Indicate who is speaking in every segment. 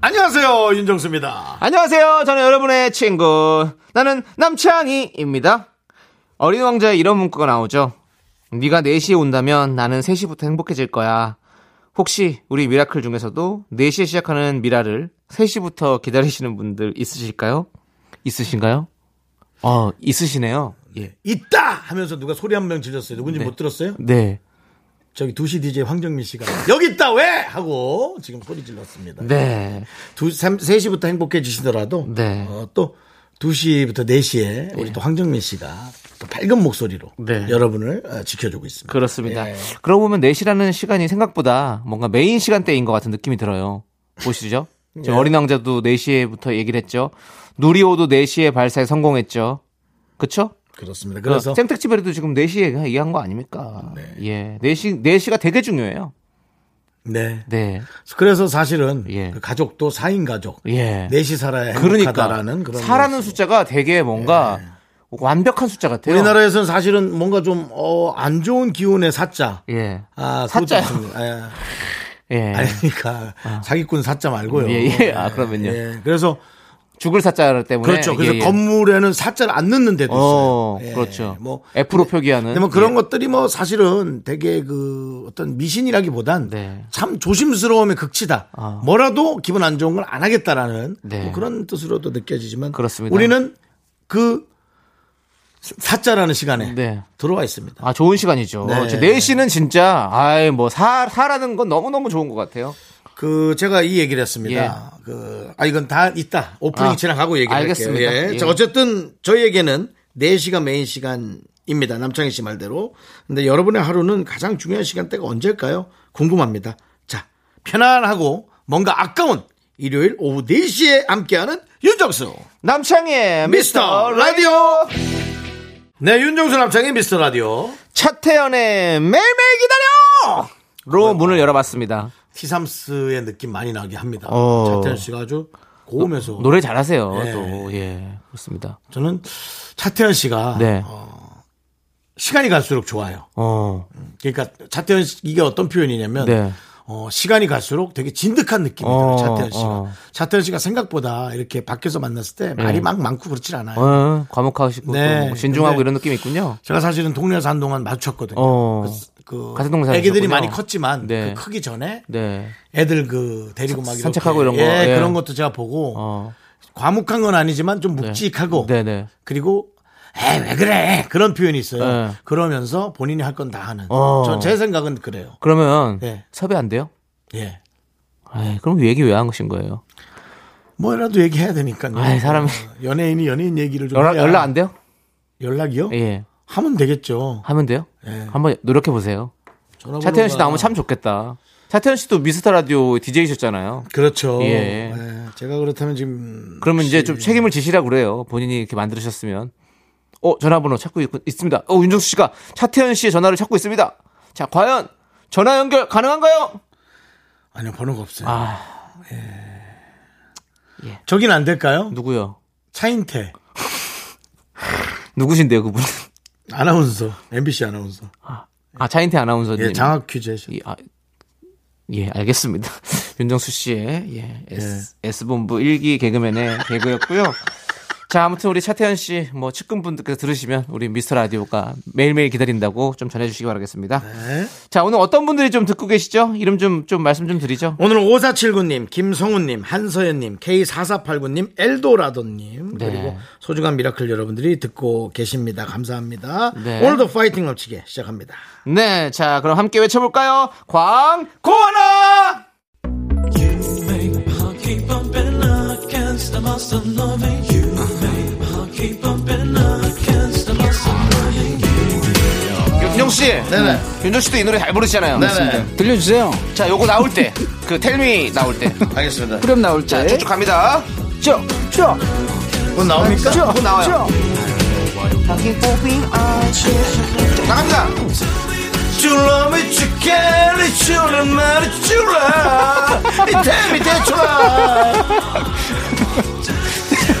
Speaker 1: 안녕하세요 윤정수입니다.
Speaker 2: 안녕하세요. 저는 여러분의 친구. 나는 남창희입니다. 어린 왕자에 이런 문구가 나오죠. 네가 4시에 온다면 나는 3시부터 행복해질 거야. 혹시 우리 미라클 중에서도 4시에 시작하는 미라를 3시부터 기다리시는 분들 있으실까요? 있으신가요? 어, 있으시네요. 예.
Speaker 1: 있다 하면서 누가 소리 한 명 질렀어요. 누군지
Speaker 2: 네.
Speaker 1: 못 들었어요?
Speaker 2: 네.
Speaker 1: 저기 2시 DJ 황정민 씨가 여기 있다 왜 하고 지금 소리 질렀습니다.
Speaker 2: 네.
Speaker 1: 두, 삼, 3시부터 행복해지시더라도
Speaker 2: 네.
Speaker 1: 어, 또 2시부터 4시에 우리 또 황정민 씨가 또 밝은 목소리로
Speaker 2: 네.
Speaker 1: 여러분을 어, 지켜주고 있습니다.
Speaker 2: 그렇습니다.
Speaker 1: 예.
Speaker 2: 그러고 보면 4시라는 시간이 생각보다 뭔가 메인 시간대인 것 같은 느낌이 들어요. 보시죠?
Speaker 1: 예.
Speaker 2: 지금 어린 왕자도 4시부터 얘기를 했죠. 누리호도 4시에 발사에 성공했죠. 그쵸? 어,
Speaker 1: 그렇습니다. 그래서
Speaker 2: 생택지베리도 지금 4시에 얘기한 거 아닙니까? 예. 4시, 4시가 되게 중요해요.
Speaker 1: 네.
Speaker 2: 네.
Speaker 1: 그래서 사실은
Speaker 2: 예.
Speaker 1: 그 가족도 4인 가족
Speaker 2: 예.
Speaker 1: 넷이 살아야
Speaker 2: 그러니까.
Speaker 1: 네 행복하다라는 그런
Speaker 2: 사라는
Speaker 1: 말씀.
Speaker 2: 숫자가 되게 뭔가 완벽한 숫자 같아요.
Speaker 1: 우리나라에서는 사실은 뭔가 좀, 어, 안 좋은 기운의 사자.
Speaker 2: 예.
Speaker 1: 아, 그거
Speaker 2: 사짜요.
Speaker 1: 좋습니다. 예.
Speaker 2: 예.
Speaker 1: 아니, 그러니까, 사기꾼 사자 말고요.
Speaker 2: 예, 예. 아, 그러면요.
Speaker 1: 예. 그래서,
Speaker 2: 죽을 사자 때문에.
Speaker 1: 그렇죠. 그래서
Speaker 2: 예, 예.
Speaker 1: 건물에는 사자를 안 넣는 데도
Speaker 2: 어,
Speaker 1: 있어요. 예.
Speaker 2: 그렇죠.
Speaker 1: 뭐,
Speaker 2: F로 표기하는.
Speaker 1: 근데 뭐 그런
Speaker 2: 예.
Speaker 1: 것들이 뭐 사실은 되게 그 어떤 미신이라기보단
Speaker 2: 네.
Speaker 1: 참 조심스러움의 극치다.
Speaker 2: 아.
Speaker 1: 뭐라도 기분 안 좋은 걸 안 하겠다라는
Speaker 2: 네.
Speaker 1: 뭐 그런 뜻으로도 느껴지지만
Speaker 2: 그렇습니다.
Speaker 1: 우리는 그 사자라는 시간에
Speaker 2: 네.
Speaker 1: 들어와 있습니다.
Speaker 2: 아, 좋은 시간이죠.
Speaker 1: 네.
Speaker 2: 네. 4시는 진짜, 아이, 뭐, 사, 사라는 건 너무너무 좋은 것 같아요.
Speaker 1: 그 제가 이 얘기를 했습니다. 그, 아, 이건 다 있다. 오프닝
Speaker 2: 예. 아,
Speaker 1: 지나가고 얘기를
Speaker 2: 알겠습니다.
Speaker 1: 할게요. 예.
Speaker 2: 예.
Speaker 1: 자, 어쨌든 저희에게는 4시가 메인 시간입니다. 남창희 씨 말대로. 근데 여러분의 하루는 가장 중요한 시간대가 언제일까요? 궁금합니다. 자, 편안하고 뭔가 아까운 일요일 오후 4시에 함께하는 윤정수.
Speaker 2: 남창희의
Speaker 1: 미스터
Speaker 2: 미스터
Speaker 1: 라디오. 네, 윤정수 남창희 미스터 라디오.
Speaker 2: 차태현의 매일매일 기다려!
Speaker 1: 어,
Speaker 2: 로 문을 열어봤습니다.
Speaker 1: 티삼스의 느낌 많이 나게 합니다.
Speaker 2: 어.
Speaker 1: 차태현 씨가 아주 고우면서
Speaker 2: 노래 잘하세요,
Speaker 1: 예.
Speaker 2: 또. 예, 그렇습니다.
Speaker 1: 저는 차태현 씨가
Speaker 2: 네.
Speaker 1: 시간이 갈수록 좋아요.
Speaker 2: 어,
Speaker 1: 그러니까 차태현 씨 이게 어떤 표현이냐면
Speaker 2: 네.
Speaker 1: 어, 시간이 갈수록 되게 진득한 느낌이 들어요.
Speaker 2: 어,
Speaker 1: 차태현 씨가.
Speaker 2: 어. 네.
Speaker 1: 차태현 씨가 생각보다 이렇게 밖에서 만났을 때 말이 막 많고 그렇진 않아요.
Speaker 2: 어, 과묵하시고,
Speaker 1: 네.
Speaker 2: 또 진중하고
Speaker 1: 근데-
Speaker 2: 이런 느낌이 있군요.
Speaker 1: 제가 사실은 동네에서 한동안 마주쳤거든요.
Speaker 2: 어.
Speaker 1: 그,
Speaker 2: 같은 동네
Speaker 1: 애기들이
Speaker 2: 사시는군요.
Speaker 1: 많이 컸지만
Speaker 2: 네.
Speaker 1: 그 크기 전에
Speaker 2: 네.
Speaker 1: 애들 그 데리고
Speaker 2: 사-
Speaker 1: 막 이렇게
Speaker 2: 산책하고 이런 거.
Speaker 1: 예,
Speaker 2: 예.
Speaker 1: 그런 것도 제가 보고
Speaker 2: 어. 네.
Speaker 1: 과묵한 건 아니지만 좀 묵직하고
Speaker 2: 네네.
Speaker 1: 그리고 에왜 그래 그런 표현이 있어요.
Speaker 2: 네.
Speaker 1: 그러면서 본인이 할 건 다 하는.
Speaker 2: 어.
Speaker 1: 전 제 생각은 그래요.
Speaker 2: 그러면,
Speaker 1: 네.
Speaker 2: 섭외 안 돼요?
Speaker 1: 예.
Speaker 2: 아이, 그럼 얘기 왜 하신 거예요?
Speaker 1: 뭐라도 얘기해야 되니까.
Speaker 2: 아이, 사람이-
Speaker 1: 연예인이 연예인 얘기를 좀
Speaker 2: 연락,
Speaker 1: 해야.
Speaker 2: 연락 안 돼요?
Speaker 1: 연락이요?
Speaker 2: 예.
Speaker 1: 하면 되겠죠.
Speaker 2: 하면 돼요?
Speaker 1: 예.
Speaker 2: 한번 노력해보세요.
Speaker 1: 전화번호가-
Speaker 2: 차태현 씨 나오면 참 좋겠다. 차태현 씨도 미스터 라디오 DJ셨잖아요.
Speaker 1: 그렇죠.
Speaker 2: 예.
Speaker 1: 예, 제가 그렇다면 지금
Speaker 2: 그러면 이제 좀 책임을 지시라고 그래요. 본인이 이렇게 만들으셨으면. 어, 전화번호 찾고 있, 습니다 어, 윤정수 씨가 차태현 씨의 전화를 찾고 있습니다. 자, 과연 전화 연결 가능한가요?
Speaker 1: 아니요 번호가 없어요. 예.
Speaker 2: 아, 예.
Speaker 1: 저긴 안 될까요?
Speaker 2: 누구요?
Speaker 1: 차인태
Speaker 2: 누구신데요, 그분?
Speaker 1: 아나운서 MBC 아나운서.
Speaker 2: 아, 차인태 아나운서님.
Speaker 1: 예, 장학 퀴즈
Speaker 2: 예, 아, 예, 알겠습니다. 윤정수 씨의 예, S,
Speaker 1: 네.
Speaker 2: S본부 1기 개그맨의 개그였고요. 자, 아무튼 우리 차태현 씨, 뭐, 측근분들께서 들으시면 우리 미스터 라디오가 매일매일 기다린다고 좀 전해주시기 바라겠습니다.
Speaker 1: 네.
Speaker 2: 자, 오늘 어떤 분들이 좀 듣고 계시죠? 이름 좀, 좀 말씀 좀 드리죠.
Speaker 1: 오늘 5479님, 김성훈님, 한서연님, K4489님, 엘도라도님,
Speaker 2: 네.
Speaker 1: 그리고 소중한 미라클 여러분들이 듣고 계십니다. 감사합니다.
Speaker 2: 네.
Speaker 1: 오늘도 파이팅 넘치게 시작합니다.
Speaker 2: 네, 자, 그럼 함께 외쳐볼까요? 광고나! 윤정수 윤정 씨.
Speaker 1: 네네.
Speaker 2: 윤정 씨도 이 노래 잘 부르시잖아요.
Speaker 1: 네네.
Speaker 3: 들려주세요.
Speaker 2: 자, 요거 나올 때. 그 텔미 나올 때.
Speaker 1: 알겠습니다.
Speaker 3: 그럼 나올 때.
Speaker 1: 네?
Speaker 2: 쭉쭉 갑니다.
Speaker 3: 쭉, 쭉,
Speaker 1: 그건 나옵니까?
Speaker 3: 쭉,
Speaker 2: 곧뭐 나와요.
Speaker 3: 쭉.
Speaker 2: 나갑니다.
Speaker 1: 줄라미 치케리 줄라마리 줄라 이태미 대출라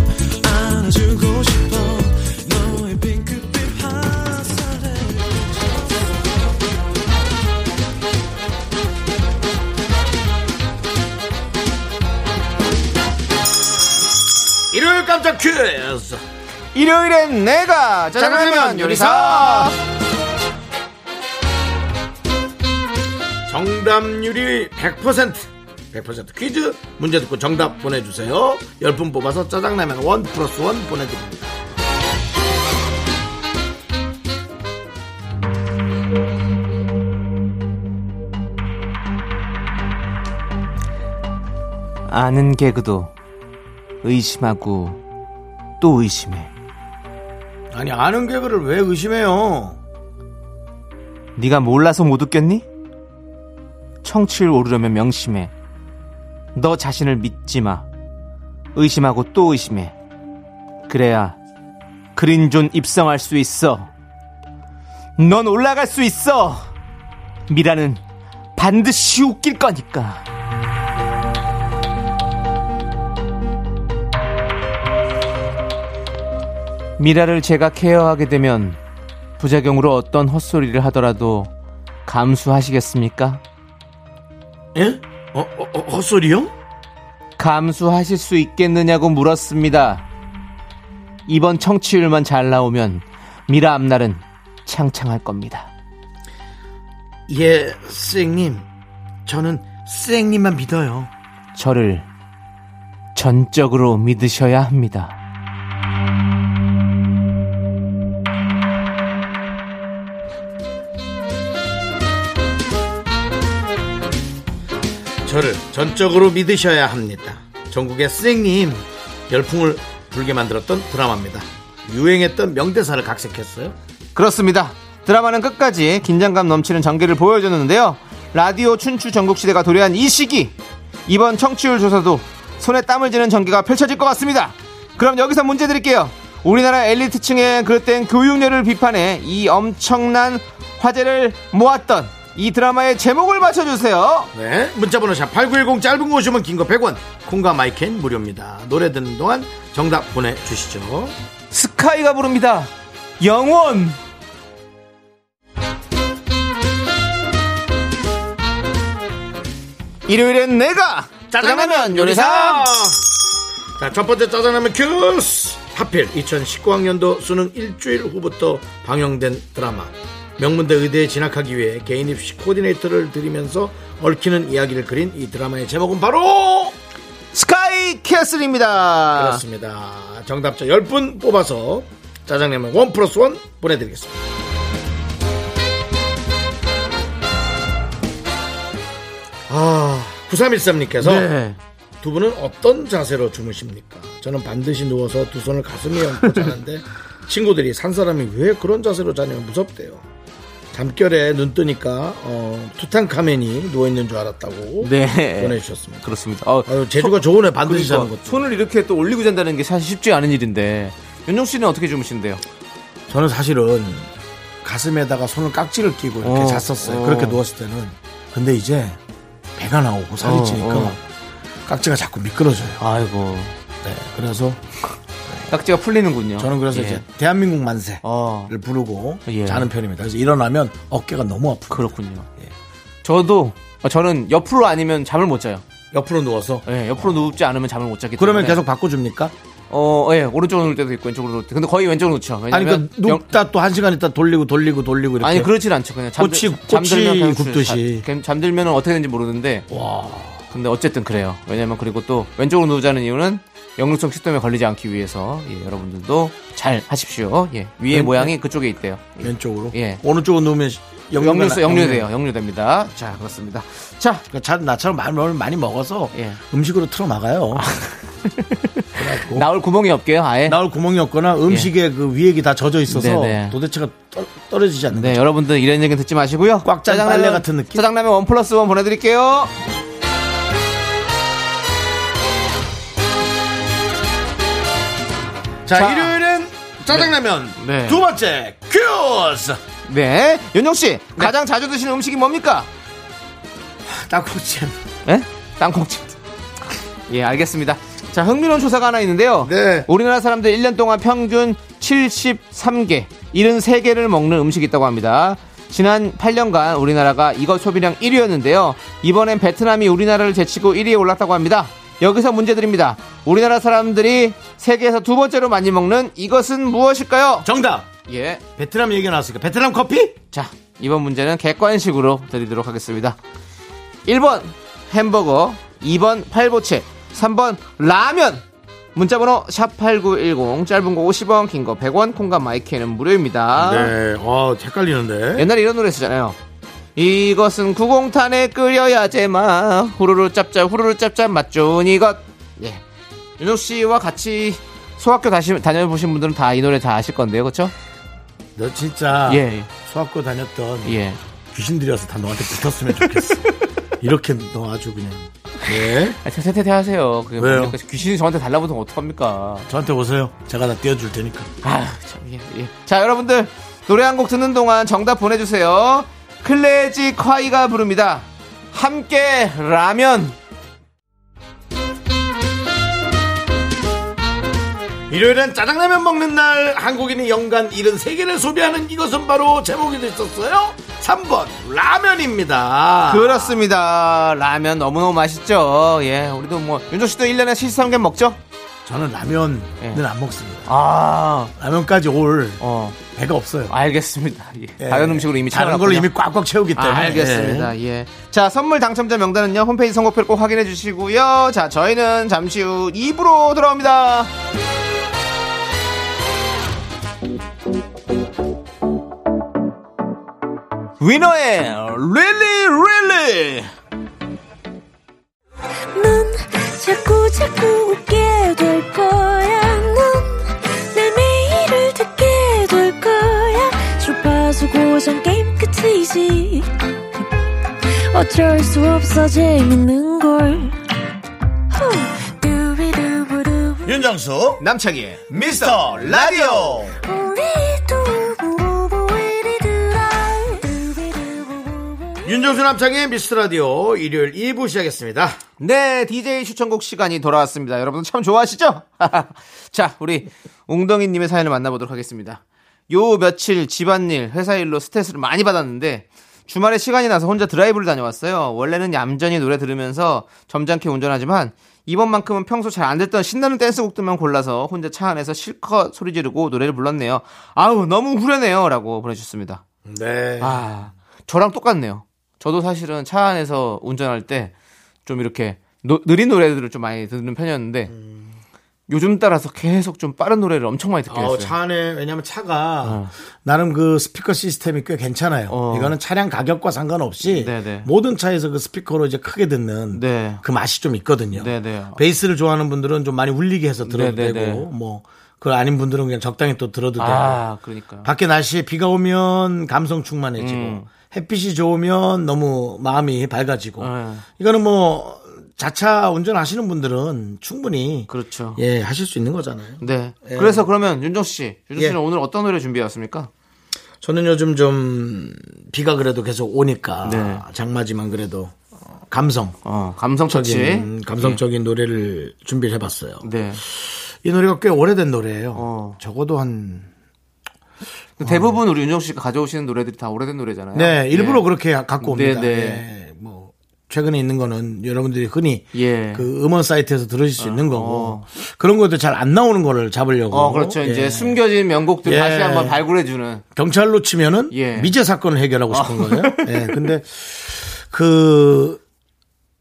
Speaker 1: 일요일 깜짝 퀴즈
Speaker 2: 일요일엔 내가 짜장라면 요리사.
Speaker 1: 정답률이 100% 100% 퀴즈 문제 듣고 정답 보내주세요 10분 뽑아서 짜장라면 원 플러스 원 보내드립니다
Speaker 2: 아는 개그도 의심하고 또 의심해.
Speaker 1: 아니 아는 개그를 왜 의심해요
Speaker 2: 네가 몰라서 못 웃겼니? 청취율 오르려면 명심해. 너 자신을 믿지 마. 의심하고 또 의심해. 그래야 그린존 입성할 수 있어. 넌 올라갈 수 있어. 미라는 반드시 웃길 거니까. 미라를 제가 케어하게 되면 부작용으로 어떤 헛소리를 하더라도 감수하시겠습니까?
Speaker 1: 예? 어, 어, 어, 헛소리요?
Speaker 2: 감수하실 수 있겠느냐고 물었습니다. 이번 청취율만 잘 나오면 미라 앞날은 창창할 겁니다.
Speaker 1: 예 선생님 저는 선생님만 믿어요
Speaker 2: 저를 전적으로 믿으셔야 합니다.
Speaker 1: 저를 전적으로 믿으셔야 합니다. 전국의 선생님 열풍을 불게 만들었던 드라마입니다. 유행했던 명대사를 각색했어요.
Speaker 2: 그렇습니다. 드라마는 끝까지 긴장감 넘치는 전개를 보여줬는데요. 라디오 춘추 전국시대가 도래한 이 시기 이번 청취율 조사도 손에 땀을 쥐는 전개가 펼쳐질 것 같습니다. 그럼 여기서 문제 드릴게요. 우리나라 엘리트층의 그릇된 교육열을 비판해 이 엄청난 화제를 모았던 이 드라마의 제목을 맞춰주세요.
Speaker 1: 네, 문자번호 샵 8910 짧은 거 오시면 긴 거 100원 콩과 마이캔 무료입니다. 노래 듣는 동안 정답 보내주시죠.
Speaker 2: 스카이가 부릅니다. 영원. 일요일엔 내가 짜장라면 요리사.
Speaker 1: 자, 첫 번째 짜장라면 큐스! 하필 2019학년도 수능 일주일 후부터 방영된 드라마. 명문대 의대에 진학하기 위해 개인 입시 코디네이터를 들이면서 얽히는 이야기를 그린 이 드라마의 제목은 바로
Speaker 2: 스카이 캐슬입니다.
Speaker 1: 그렇습니다. 정답자 10분 뽑아서 짜장라면 원 플러스 원 보내드리겠습니다. 아, 9313님께서
Speaker 2: 네.
Speaker 1: 두 분은 어떤 자세로 주무십니까? 저는 반드시 누워서 두 손을 가슴에 얹고 자는데 친구들이 산 사람이 왜 그런 자세로 자냐면 무섭대요. 잠결에 눈 뜨니까 어, 투탕카멘이 누워 있는 줄 알았다고
Speaker 2: 네.
Speaker 1: 보내주셨습니다.
Speaker 2: 그렇습니다. 어,
Speaker 1: 아유, 제주가 좋으네 반드시
Speaker 2: 그러니까
Speaker 1: 자는 것도.
Speaker 2: 손을 이렇게 또 올리고 잔다는 게 사실 쉽지 않은 일인데 윤종 씨는 어떻게 주무신대요?
Speaker 1: 저는 사실은 가슴에다가 손을 깍지를 끼고 이렇게
Speaker 2: 어,
Speaker 1: 잤었어요.
Speaker 2: 어.
Speaker 1: 그렇게 누웠을 때는. 근데 이제 배가 나오고 살이
Speaker 2: 어,
Speaker 1: 찌니까
Speaker 2: 어.
Speaker 1: 깍지가 자꾸 미끄러져요.
Speaker 2: 아이고
Speaker 1: 네, 그래서
Speaker 2: 깍지가 풀리는군요.
Speaker 1: 저는 그래서
Speaker 2: 예.
Speaker 1: 이제 대한민국 만세를
Speaker 2: 어.
Speaker 1: 부르고
Speaker 2: 예.
Speaker 1: 자는 편입니다. 그래서 일어나면 어깨가 너무 아프고
Speaker 2: 그렇군요. 저도 어, 저는 옆으로 아니면 잠을 못 자요.
Speaker 1: 옆으로 누워서
Speaker 2: 예, 옆으로 눕지 않으면 잠을 못 자기 때문에.
Speaker 1: 그러면 계속 바꿔줍니까?
Speaker 2: 어, 예, 오른쪽으로 누울 때도 있고 왼쪽으로 누울 때. 근데 거의 왼쪽으로 누죠.
Speaker 1: 아니
Speaker 2: 왜냐면
Speaker 1: 그 눕다 또 한 시간 있다 돌리고 돌리고 돌리고 이렇게
Speaker 2: 아니 그렇진 않죠. 그냥 잠들,
Speaker 1: 꼬치- 꼬치
Speaker 2: 잠들면 그냥
Speaker 1: 굽듯이.
Speaker 2: 자- 잠들면 어떻게 되는지 모르는데. 근데 어쨌든 그래요. 왜냐면 그리고 또 왼쪽으로 누우자는 이유는 역류성 식도염에 걸리지 않기 위해서 예, 여러분들도 잘 하십시오. 예, 위에
Speaker 1: 왼-
Speaker 2: 모양이 그쪽에 있대요. 예.
Speaker 1: 왼쪽으로.
Speaker 2: 예.
Speaker 1: 어느 쪽으로 놓으면 영류가
Speaker 2: 역류성
Speaker 1: 나-
Speaker 2: 역류돼요. 역류됩니다. 자 그렇습니다. 자
Speaker 1: 그러니까 자, 나처럼 마음을 많이 먹어서
Speaker 2: 예.
Speaker 1: 음식으로 틀어 막아요. 그래갖고
Speaker 2: 나올 구멍이 없게요. 아예.
Speaker 1: 나올 구멍이 없거나 음식에 그 위액이 다 젖어 있어서
Speaker 2: 네네.
Speaker 1: 도대체가 떨, 떨어지지 않는
Speaker 2: 네, 여러분들 이런 얘기 듣지 마시고요.
Speaker 1: 꽉짠
Speaker 2: 짜장라면-
Speaker 1: 빨래 같은 느낌?
Speaker 2: 짜장라면 원 플러스 원 보내드릴게요.
Speaker 1: 자,
Speaker 2: 자.
Speaker 1: 일요일엔 짜장라면
Speaker 2: 네.
Speaker 1: 두 번째 큐스
Speaker 2: 네, 윤영 씨 가장 자주 드시는 음식이 뭡니까?
Speaker 1: 딱국찜
Speaker 2: 예? 땅콩찜. 예, 알겠습니다. 자, 흥미로운 조사가 하나 있는데요.
Speaker 1: 네.
Speaker 2: 우리나라 사람들 1년 동안 평균 73개, 73개를 먹는 음식이 있다고 합니다. 지난 8년간 우리나라가 이것 소비량 1위였는데요. 이번엔 베트남이 우리나라를 제치고 1위에 올랐다고 합니다. 여기서 문제 드립니다. 우리나라 사람들이 세계에서 두 번째로 많이 먹는 이것은 무엇일까요?
Speaker 1: 정답
Speaker 2: 예.
Speaker 1: 베트남 얘기가 나왔으니까 베트남 커피
Speaker 2: 자, 이번 문제는 객관식으로 드리도록 하겠습니다. 1번 햄버거, 2번 팔보채, 3번 라면. 문자번호 샵8910 짧은 거 50원, 긴 거 100원, 콩과 마이크는 무료입니다.
Speaker 1: 네, 어, 헷갈리는데.
Speaker 2: 옛날에 이런 노래 했었잖아요. 이것은 구공탄에 끓여야 제마 후루루 짭짭 후루루 짭짭 맛 좋은 이것 예 윤호 씨와 같이 소학교 다시 다녀보신 분들은 다 이 노래 다 아실 건데요 그렇죠?
Speaker 1: 너 진짜
Speaker 2: 예.
Speaker 1: 소학교 다녔던
Speaker 2: 예
Speaker 1: 귀신들이어서 다 너한테 붙었으면 좋겠어. 이렇게 너 아주 그냥. 예.
Speaker 2: 아, 퇴퇴퇴 하세요. 그게
Speaker 1: 왜요?
Speaker 2: 뭡니까? 귀신이 저한테 달라붙으면 어떡합니까?
Speaker 1: 저한테 오세요. 제가 다 띄워줄 테니까.
Speaker 2: 아, 참, 예, 예. 자, 여러분들, 노래 한 곡 듣는 동안 정답 보내주세요. 클래지 콰이가 부릅니다. 함께 라면.
Speaker 1: 일요일엔 짜장라면 먹는 날 한국인이 연간 73개를 소비하는 이것은 바로 제목이 됐었어요. 3번 라면입니다.
Speaker 2: 그렇습니다. 라면 너무너무 맛있죠. 예, 우리도 뭐, 윤종 씨도 1년에 73개 먹죠?
Speaker 1: 저는 라면은
Speaker 2: 예.
Speaker 1: 안 먹습니다.
Speaker 2: 아,
Speaker 1: 라면까지 올
Speaker 2: 어,
Speaker 1: 배가 없어요.
Speaker 2: 알겠습니다. 예.
Speaker 1: 예.
Speaker 2: 다른 음식으로 이미
Speaker 1: 다른
Speaker 2: 채워놨군요.
Speaker 1: 걸로 이미 꽉꽉 채우기 때문에.
Speaker 2: 아, 알겠습니다. 예. 자, 선물 당첨자 명단은요, 홈페이지 선거표를 꼭 확인해 주시고요. 자, 저희는 잠시 후 2부로 돌아옵니다. 위너의 릴리 릴리
Speaker 3: 넌 자꾸 자꾸 웃게 될 거야. 넌내 매일을 듣게 될 거야. 주파수 고정 게임 끝이지. 어쩔 수 없어 재밌는 걸. 후. 두비두부두.
Speaker 1: 윤정수,
Speaker 2: 남창희의
Speaker 1: 미스터 라디오.
Speaker 3: 우리 두부부부 우리 두라. 두비두부부부.
Speaker 1: 윤정수 남창의 미스터 라디오 일요일 2부 시작했습니다.
Speaker 2: 네, DJ 추천곡 시간이 돌아왔습니다. 여러분 참 좋아하시죠? 자, 우리 웅덩이님의 사연을 만나보도록 하겠습니다. 요 며칠 집안일, 회사일로 스트레스를 많이 받았는데 주말에 시간이 나서 혼자 드라이브를 다녀왔어요. 원래는 얌전히 노래 들으면서 점잖게 운전하지만 이번만큼은 평소 잘 안 듣던 신나는 댄스곡들만 골라서 혼자 차 안에서 실컷 소리 지르고 노래를 불렀네요. 아우 너무 후련해요 라고 보내주셨습니다.
Speaker 1: 네.
Speaker 2: 아, 저랑 똑같네요. 저도 사실은 차 안에서 운전할 때 좀 이렇게 노- 느린 노래들을 좀 많이 듣는 편이었는데 요즘 따라서 계속 좀 빠른 노래를 엄청 많이 듣게
Speaker 1: 어,
Speaker 2: 됐어요.
Speaker 1: 차 안에 왜냐면 차가 나름 그 스피커 시스템이 꽤 괜찮아요.
Speaker 2: 어.
Speaker 1: 이거는 차량 가격과 상관없이
Speaker 2: 네네.
Speaker 1: 모든 차에서 그 스피커로 이제 크게 듣는
Speaker 2: 네.
Speaker 1: 그 맛이 좀 있거든요.
Speaker 2: 네네.
Speaker 1: 베이스를 좋아하는 분들은 좀 많이 울리게 해서 들어도
Speaker 2: 네네네.
Speaker 1: 되고 뭐 그걸 아닌 분들은 그냥 적당히 또 들어도 되고
Speaker 2: 아, 그러니까요.
Speaker 1: 밖에 날씨에 비가 오면 감성 충만해지고
Speaker 2: 음.
Speaker 1: 햇빛이 좋으면 너무 마음이 밝아지고
Speaker 2: 네.
Speaker 1: 이거는 뭐 자차 운전하시는 분들은 충분히
Speaker 2: 그렇죠.
Speaker 1: 예 하실 수 있는 거잖아요.
Speaker 2: 네. 그래서 그러면 윤정 씨, 윤정
Speaker 1: 예.
Speaker 2: 씨는 오늘 어떤 노래 준비해 왔습니까?
Speaker 1: 저는 요즘 좀 비가 그래도 계속 오니까
Speaker 2: 네.
Speaker 1: 장마지만 그래도 감성
Speaker 2: 어, 감성
Speaker 1: 적인
Speaker 2: 터치.
Speaker 1: 감성적인 노래를 준비를 음. 해봤어요.
Speaker 2: 예. 네.
Speaker 1: 이 노래가 꽤 오래된 노래예요.
Speaker 2: 어.
Speaker 1: 적어도 한
Speaker 2: 근데 대부분 우리 윤정 씨가 가져오시는 노래들이 다 오래된 노래잖아요.
Speaker 1: 네, 일부러
Speaker 2: 예.
Speaker 1: 그렇게 갖고 옵니다. 네.
Speaker 2: 네, 네.
Speaker 1: 뭐 최근에 있는 거는 여러분들이 흔히
Speaker 2: 예.
Speaker 1: 그 음원 사이트에서 들으실 수 있는 거고
Speaker 2: 어.
Speaker 1: 그런 것도 잘 안 나오는 거를 잡으려고.
Speaker 2: 어, 그렇죠. 이제
Speaker 1: 예.
Speaker 2: 숨겨진 명곡들 을
Speaker 1: 예.
Speaker 2: 다시 한번 발굴해 주는
Speaker 1: 경찰로 치면은
Speaker 2: 예. 아.
Speaker 1: 미제 사건을 해결하고 싶은 거예요. 예. 근데 그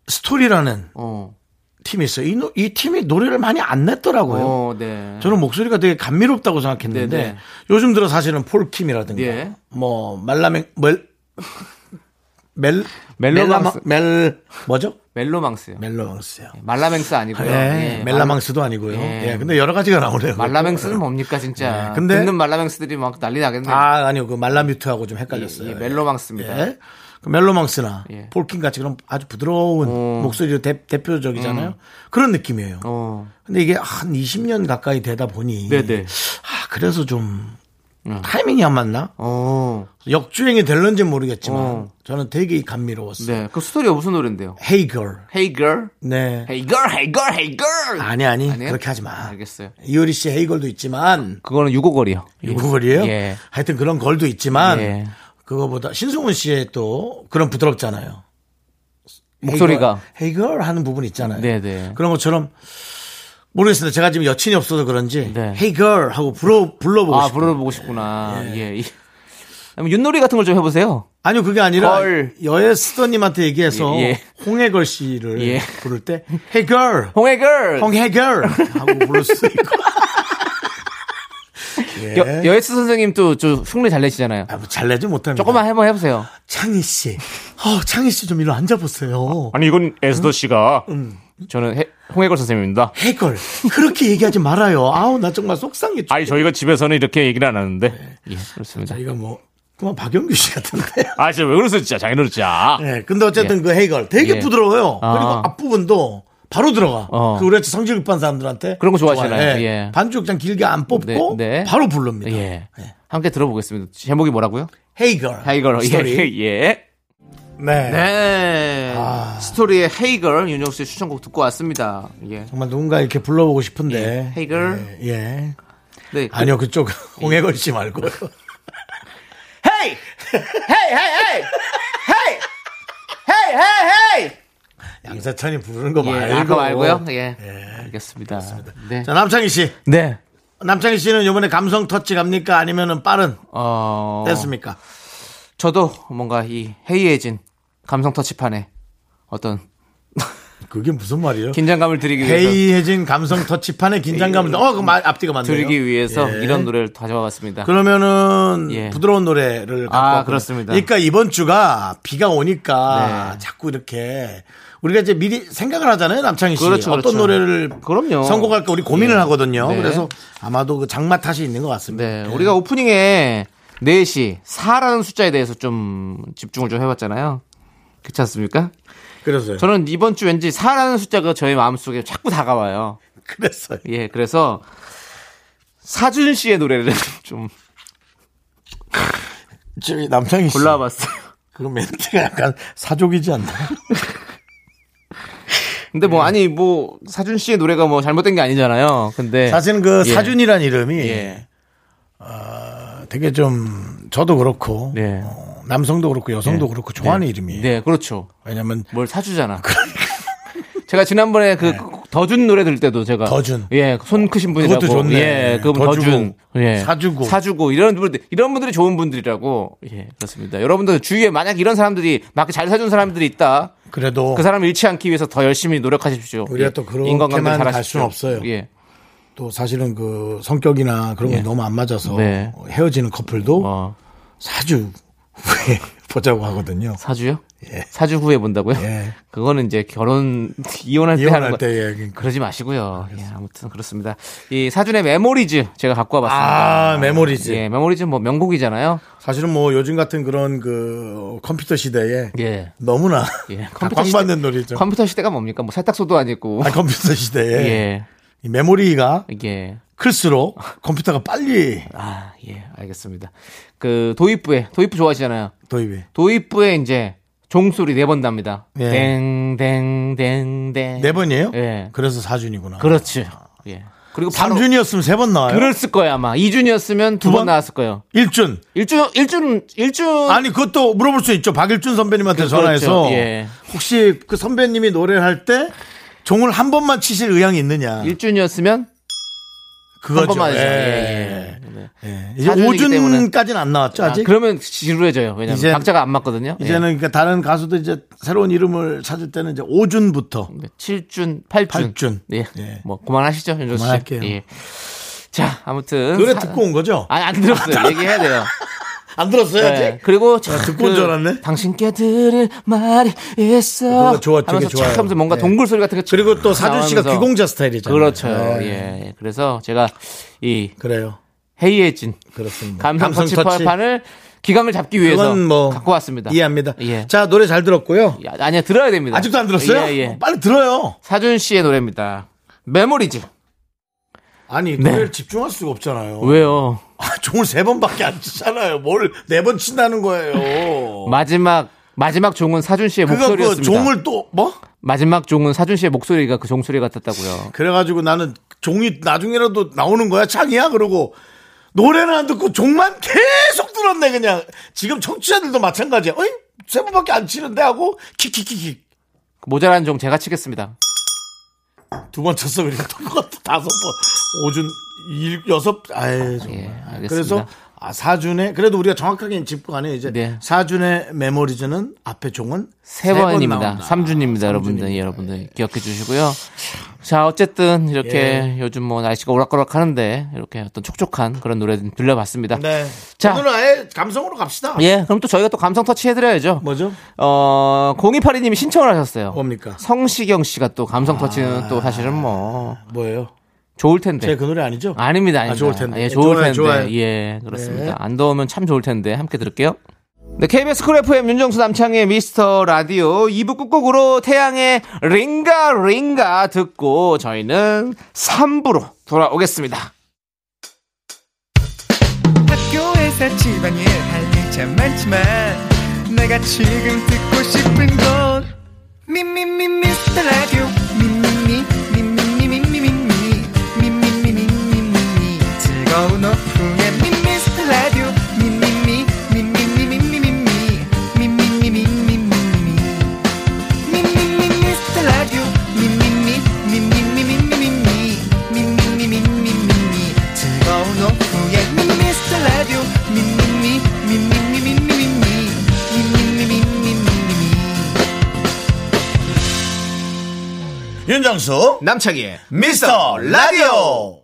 Speaker 1: 스토리라는
Speaker 2: 어.
Speaker 1: 팀이 있어요. 이, 노- 이 팀이 노래를 많이 안 냈더라고요.
Speaker 2: 어, 네.
Speaker 1: 저는 목소리가 되게 감미롭다고 생각했는데
Speaker 2: 네네.
Speaker 1: 요즘 들어 사실은 폴킴이라든가
Speaker 2: 예.
Speaker 1: 뭐 말라멘 멜 멜, 멜라마-
Speaker 2: 멜로망스.
Speaker 1: 멜 뭐죠?
Speaker 2: 멜로망스요.
Speaker 1: 멜로망스요.
Speaker 2: 말라맹스 아니고요.
Speaker 1: 예,
Speaker 2: 예,
Speaker 1: 멜라망스도 아니고요.
Speaker 2: 예.
Speaker 1: 예. 근데 여러 가지가 나오네요.
Speaker 2: 말라맹스는 뭡니까 진짜.
Speaker 1: 예, 근데-
Speaker 2: 듣는 말라맹스들이 막 난리 나겠네요.
Speaker 1: 아, 아니요. 그 말라뮤트하고 좀 헷갈렸어요.
Speaker 2: 예, 예, 멜로망스입니다.
Speaker 1: 예. 그 멜로망스나
Speaker 2: 예.
Speaker 1: 폴킴 같이 그런 아주 부드러운 목소리로 대, 표적이잖아요 그런 느낌이에요.
Speaker 2: 음. 어.
Speaker 1: 근데 이게 한 20년 가까이 되다 보니
Speaker 2: 네네.
Speaker 1: 아, 그래서 좀 타이밍이 안 맞나?
Speaker 2: 어.
Speaker 1: 역주행이 될런지 모르겠지만
Speaker 2: 어.
Speaker 1: 저는 되게 감미로웠어요.
Speaker 2: 네. 그 스토리가 무슨 노래인데요?
Speaker 1: 헤이 걸.
Speaker 2: Hey girl.
Speaker 1: 네.
Speaker 2: Hey girl, hey girl, hey girl.
Speaker 1: 아니 아니
Speaker 2: 아니에요?
Speaker 1: 그렇게 하지 마.
Speaker 2: 알겠어요.
Speaker 1: 이효리 씨 헤이 걸도 있지만
Speaker 2: 그거는 유고걸이요.
Speaker 1: 유구걸이에요.
Speaker 2: 예.
Speaker 1: 하여튼 그런 걸도 있지만
Speaker 2: 예.
Speaker 1: 그거보다 신승훈 씨의 또 그런 부드럽잖아요.
Speaker 2: 목소리가.
Speaker 1: 헤이 걸, 헤이 걸 하는 부분 있잖아요.
Speaker 2: 네네.
Speaker 1: 그런 것처럼 모르겠습니다. 제가 지금 여친이 없어서 그런지
Speaker 2: 네.
Speaker 1: 헤이 걸 하고 불러 불러보고
Speaker 2: 아,
Speaker 1: 싶어요.
Speaker 2: 불러보고 싶구나. 예. 예. 그럼 윷놀이 같은 걸 좀 해보세요.
Speaker 1: 아니요, 그게 아니라
Speaker 2: 걸.
Speaker 1: 여의 스더님한테 얘기해서
Speaker 2: 예, 예.
Speaker 1: 홍해걸 씨를
Speaker 2: 예.
Speaker 1: 부를 때 해결,
Speaker 2: 홍해걸.
Speaker 1: 홍해결 하고 부를 수 있고. 예.
Speaker 2: 여, 여예스 선생님 또, 저 흉내 잘 내시잖아요.
Speaker 1: 아, 뭐잘 내지 못합니다.
Speaker 2: 조금만 한번 해보세요.
Speaker 1: 창희 씨, 어, 창희 씨 좀 일로 앉아보세요.
Speaker 4: 아니 이건 에스더 씨가
Speaker 2: 저는 해- 홍해걸 선생님입니다.
Speaker 1: 해결 그렇게 얘기하지 말아요. 아우 나 정말 속상해.
Speaker 4: 아니 저희가 집에서는 이렇게 얘기를 안 하는데
Speaker 2: 예, 그렇습니다.
Speaker 1: 이거 뭐 그만 박영규 씨 같은데.
Speaker 4: 아 진짜 왜 그러세요 진짜 장인어른 진짜
Speaker 1: 네, 근데 어쨌든 그 해결 되게
Speaker 2: 예.
Speaker 1: 부드러워요.
Speaker 2: 아.
Speaker 1: 그리고 앞부분도 바로 들어가.
Speaker 2: 어.
Speaker 1: 그 우리 성질 급한 사람들한테
Speaker 2: 그런 거 좋아하시나요?
Speaker 1: 좋아요. 예.
Speaker 2: 예.
Speaker 1: 반주 그냥 길게 안 뽑고
Speaker 2: 네, 네.
Speaker 1: 바로 부릅니다.
Speaker 2: 예. 함께 들어보겠습니다. 제목이 뭐라고요?
Speaker 1: 헤이걸.
Speaker 2: 헤이걸.
Speaker 1: 스토리.
Speaker 2: 예. 예.
Speaker 1: 네.
Speaker 2: 네.
Speaker 1: 아.
Speaker 2: 스토리의 헤이걸 윤정수 씨 추천곡 듣고 왔습니다. 예.
Speaker 1: 정말 누군가 이렇게 불러보고 싶은데.
Speaker 2: 예, 헤이걸.
Speaker 1: 예. 예.
Speaker 2: 네.
Speaker 1: 아니요 그쪽 홍해걸 씨 말고.
Speaker 2: 헤이! 헤이 헤이 헤이! 헤이! 헤이 헤이 헤이!
Speaker 1: 양사천이 부르는 거
Speaker 2: 예,
Speaker 1: 말고.
Speaker 2: 아까 말고요. 예. 알겠습니다. 네.
Speaker 1: 자 남창희 씨.
Speaker 2: 네.
Speaker 1: 남창희 씨는 요번에 감성 터치 갑니까? 아니면은 빠른
Speaker 2: 어.
Speaker 1: 됐습니까?
Speaker 2: 저도 뭔가 이 헤이해진 감성 터치판에 어떤
Speaker 1: 그게 무슨 말이에요?
Speaker 2: 긴장감을 드리기 위해서
Speaker 1: 헤이해진 감성 터치판의 긴장감을 어, 그 말 앞뒤가 맞네요.
Speaker 2: 드리기 위해서
Speaker 1: 예.
Speaker 2: 이런 노래를 가져와봤습니다.
Speaker 1: 그러면은
Speaker 2: 예.
Speaker 1: 부드러운 노래를 갖고
Speaker 2: 아,
Speaker 1: 왔거든요.
Speaker 2: 그렇습니다.
Speaker 1: 그러니까 이번 주가 비가 오니까
Speaker 2: 네.
Speaker 1: 자꾸 이렇게 우리가 이제 미리 생각을 하잖아요, 남창희 씨.
Speaker 2: 그렇죠,
Speaker 1: 어떤
Speaker 2: 그렇죠.
Speaker 1: 노래를
Speaker 2: 그럼요.
Speaker 1: 선곡할까 우리 고민을 하거든요.
Speaker 2: 네.
Speaker 1: 그래서 아마도 그 장마 탓이 있는 것 같습니다.
Speaker 2: 네, 우리가 오프닝에 4시 4라는 숫자에 대해서 좀 집중을 좀 해봤잖아요. 그렇지 않습니까?
Speaker 1: 그래서요.
Speaker 2: 네. 저는 이번 주 왠지 4라는 숫자가 저의 마음속에 자꾸 다가와요.
Speaker 1: 그랬어요.
Speaker 2: 예, 그래서 사준 씨의 노래를 좀
Speaker 1: 지금 남창희 씨.
Speaker 2: 골라봤어요.
Speaker 1: 그 멘트가 약간 사족이지 않나?
Speaker 2: 근데
Speaker 1: 네.
Speaker 2: 뭐 아니 뭐 사준 씨의 노래가 뭐 잘못된 게 아니잖아요. 근데
Speaker 1: 사실은 그
Speaker 2: 예.
Speaker 1: 사준이란 이름이
Speaker 2: 예.
Speaker 1: 되게 좀 저도 그렇고
Speaker 2: 네.
Speaker 1: 어, 남성도 그렇고 여성도 그렇고 좋아하는 이름이에요.
Speaker 2: 네, 그렇죠.
Speaker 1: 왜냐면
Speaker 2: 뭘 사주잖아. 제가 지난번에 그 더준 노래 들 때도 제가
Speaker 1: 네. 더준.
Speaker 2: 예, 손 크신 분이라고.
Speaker 1: 그것도 좋네.
Speaker 2: 예, 그분
Speaker 1: 더
Speaker 2: 더준.
Speaker 1: 주고,
Speaker 2: 예.
Speaker 1: 사주고.
Speaker 2: 사주고 이런 분들 이런 분들이 좋은 분들이라고. 예, 그렇습니다. 여러분들 주위에 만약 이런 사람들이 막 잘 사준 사람들이 있다.
Speaker 1: 그래도
Speaker 2: 그 사람을 잃지 않기 위해서 더 열심히 노력하십시오.
Speaker 1: 우리가
Speaker 2: 예,
Speaker 1: 또 그렇게만
Speaker 2: 인간관계를 잘하십시오.
Speaker 1: 갈 수는 없어요.
Speaker 2: 예.
Speaker 1: 또 사실은 그 성격이나 그런 게 너무 안 맞아서
Speaker 2: 네.
Speaker 1: 헤어지는 커플도
Speaker 2: 어,
Speaker 1: 사주 후에 보자고 하거든요.
Speaker 2: 사주요? 사주 후에 본다고요?
Speaker 1: 예.
Speaker 2: 그거는 이제 결혼 이혼할 때 하는
Speaker 1: 이혼할
Speaker 2: 거.
Speaker 1: 때 예. 그러니까.
Speaker 2: 그러지 마시고요. 예, 아무튼 그렇습니다. 이 사준의 메모리즈 제가 갖고 와봤습니다.
Speaker 1: 아, 메모리즈.
Speaker 2: 예, 메모리즈 뭐 명곡이잖아요.
Speaker 1: 사실은 뭐 요즘 같은 그런 그 컴퓨터 시대에
Speaker 2: 예.
Speaker 1: 너무나
Speaker 2: 예,
Speaker 1: 다 광받는 놀이죠.
Speaker 2: 컴퓨터 시대가 뭡니까? 뭐 세탁소도 아니고.
Speaker 1: 아니, 컴퓨터 시대에
Speaker 2: 예.
Speaker 1: 이 메모리가
Speaker 2: 예.
Speaker 1: 클수록 컴퓨터가 빨리
Speaker 2: 아, 예. 알겠습니다. 그 도입부에 도입부 좋아하시잖아요.
Speaker 1: 도입이
Speaker 2: 도입부에 이제 종소리 네 번 납니다.
Speaker 1: 예.
Speaker 2: 땡땡땡땡.
Speaker 1: 네 번이에요?
Speaker 2: 예.
Speaker 1: 그래서 사준이구나.
Speaker 2: 그렇죠. 예. 그리고 바로
Speaker 1: 3준이었으면 세 번 나와요.
Speaker 2: 그랬을 거예요, 아마. 2준이었으면
Speaker 1: 두
Speaker 2: 두번
Speaker 1: 번?
Speaker 2: 나왔을 거예요.
Speaker 1: 일준
Speaker 2: 1준 1준 1준
Speaker 1: 아니 그것도 물어볼 수 있죠. 박일준 선배님한테
Speaker 2: 그렇죠.
Speaker 1: 전화해서
Speaker 2: 예.
Speaker 1: 혹시 그 선배님이 노래를 할 때 종을 한 번만 치실 의향이 있느냐.
Speaker 2: 1준이었으면
Speaker 1: 아. 그거죠.
Speaker 2: 번만 하죠.
Speaker 1: 예.
Speaker 2: 예, 예. 네.
Speaker 1: 예, 이제
Speaker 2: 사전이기 때문에.
Speaker 1: 5준까지는 안 나왔죠
Speaker 2: 아,
Speaker 1: 아직.
Speaker 2: 그러면 지루해져요. 왜냐면
Speaker 1: 이제-
Speaker 2: 박자가 안 맞거든요. 예.
Speaker 1: 이제는 그러니까 다른 가수도 이제 새로운 이름을 찾을 때는 이제 5준부터
Speaker 2: 네. 7준, 8준.
Speaker 1: 팔준.
Speaker 2: 예.
Speaker 1: 예.
Speaker 2: 뭐 그만하시죠, 윤조 씨.
Speaker 1: 그만할게요.
Speaker 2: 예. 자, 아무튼
Speaker 1: 노래
Speaker 2: 사-
Speaker 1: 듣고 온 거죠?
Speaker 2: 아니 안 들었어요. 얘기해야 돼요.
Speaker 1: 안 들었어요 아직?
Speaker 2: 네. 그리고 참
Speaker 1: 듣고 온줄 알았네.
Speaker 2: 당신께 드릴 말이 있어.
Speaker 1: 그거 좋아, 되게
Speaker 2: 하면서
Speaker 1: 좋아요.
Speaker 2: 착 하면서 뭔가
Speaker 1: 네.
Speaker 2: 동굴 소리 같은 거.
Speaker 1: 그리고 또
Speaker 2: 착
Speaker 1: 사준 씨가
Speaker 2: 나오면서.
Speaker 1: 귀공자 스타일이잖아요.
Speaker 2: 그렇죠.
Speaker 1: 예.
Speaker 2: 예. 그래서 제가 이
Speaker 1: 그래요.
Speaker 2: 헤이해진
Speaker 1: 그렇습니다.
Speaker 2: 감성 터치
Speaker 1: 터치.
Speaker 2: 판을 기강을 잡기 위해서
Speaker 1: 그건 뭐
Speaker 2: 갖고 왔습니다.
Speaker 1: 이해합니다.
Speaker 2: 예.
Speaker 1: 자 노래 잘 들었고요.
Speaker 2: 야, 아니야 들어야 됩니다.
Speaker 1: 아직도 안 들었어요?
Speaker 2: 예, 예.
Speaker 1: 빨리 들어요.
Speaker 2: 사준 씨의 노래입니다. 메모리즈.
Speaker 1: 아니
Speaker 2: 네.
Speaker 1: 노래를 집중할 수가 없잖아요.
Speaker 2: 왜요?
Speaker 1: 아, 종을 세 번밖에 안 치잖아요. 뭘 네 번 친다는 거예요.
Speaker 2: 마지막 마지막 종은 사준 씨의
Speaker 1: 그거 그
Speaker 2: 음, 목소리였습니다.
Speaker 1: 종을 또 뭐?
Speaker 2: 마지막 종은 사준 씨의 목소리가 그 종소리 같았다고요.
Speaker 1: 그래가지고 나는 종이 나중에라도 나오는 거야 창이야 그러고 노래는 안 듣고 종만 계속 들었네 그냥 지금 청취자들도 마찬가지야. 어이 세 번밖에 안 치는데 하고 킥킥킥킥
Speaker 2: 그 모자란 종 제가 치겠습니다.
Speaker 1: 두 번 쳤어 그러니까 똑같아 다섯 번 오준 일 여섯 아예 정말
Speaker 2: 예, 알겠습니다.
Speaker 1: 그래서 아, 사준의 그래도 우리가 정확하게 짚고 가네요 이제
Speaker 2: 네.
Speaker 1: 사준의 메모리즈는 앞에 종은
Speaker 2: 세
Speaker 1: 번
Speaker 2: 번입니다.
Speaker 1: 나온다. 네.
Speaker 2: 삼준입니다 여러분들. 여러분들 기억해 주시고요. 자, 어쨌든
Speaker 1: 예.
Speaker 2: 이렇게 요즘 뭐 날씨가 오락가락 하는데 이렇게 어떤 촉촉한 그런 노래 들려봤습니다.
Speaker 1: 네.
Speaker 2: 자.
Speaker 1: 오늘은 아예 감성으로 갑시다.
Speaker 2: 예, 그럼 또 저희가 또 감성 터치 해드려야죠.
Speaker 1: 뭐죠?
Speaker 2: 어, 0282님이 신청을 하셨어요.
Speaker 1: 뭡니까?
Speaker 2: 성시경 씨가 또 감성
Speaker 1: 아.
Speaker 2: 터치는 또 사실은 뭐
Speaker 1: 뭐예요?
Speaker 2: 좋을 텐데.
Speaker 1: 제 그 노래 아니죠?
Speaker 2: 네. 아닙니다, 아닙니다.
Speaker 1: 아, 좋을 텐데.
Speaker 2: 예, 좋을
Speaker 1: 좋아요,
Speaker 2: 텐데.
Speaker 1: 좋아요.
Speaker 2: 예, 그렇습니다.
Speaker 1: 네.
Speaker 2: 안 더우면 참 좋을 텐데. 함께 들을게요. 네, KBS 쿨 FM 윤정수 남창의 미스터 라디오 2부 끝곡으로 태양의 링가 링가 듣고 저희는 3부로 돌아오겠습니다.
Speaker 5: 학교에서 집안일 할 일 참 많지만 내가 지금 듣고 싶은 건 미미미 미스터 라디오 미미미 미미미 미미미 미미미 미미미 즐거운 오후에 미스터 라디오 미미미 미미미 미미미 미미미 미미미
Speaker 1: 윤정수
Speaker 2: 남창희의
Speaker 1: 미스터 라디오.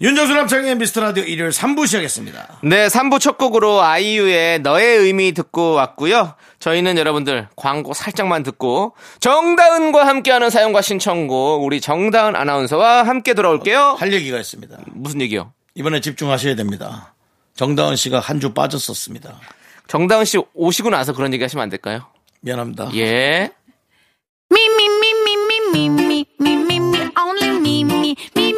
Speaker 1: 윤정수 남창의 미스터 라디오 일요일 3부 시작했습니다.
Speaker 2: 네, 3부 첫 곡으로 아이유의 너의 의미 듣고 왔고요. 저희는 여러분들 광고 살짝만 듣고 정다은과 함께하는 사연과 신청곡 우리 정다은 아나운서와 함께 돌아올게요.
Speaker 1: 할 얘기가 있습니다.
Speaker 2: 무슨 얘기요?
Speaker 1: 이번에 집중하셔야 됩니다. 정다은 씨가 한 주 빠졌었습니다.
Speaker 2: 정다은 씨 오시고 나서 그런 얘기 하시면 안 될까요?
Speaker 1: 미안합니다.
Speaker 2: 예.
Speaker 3: Me, me, me, me, me, me, me, me, me, me, only me, me, me,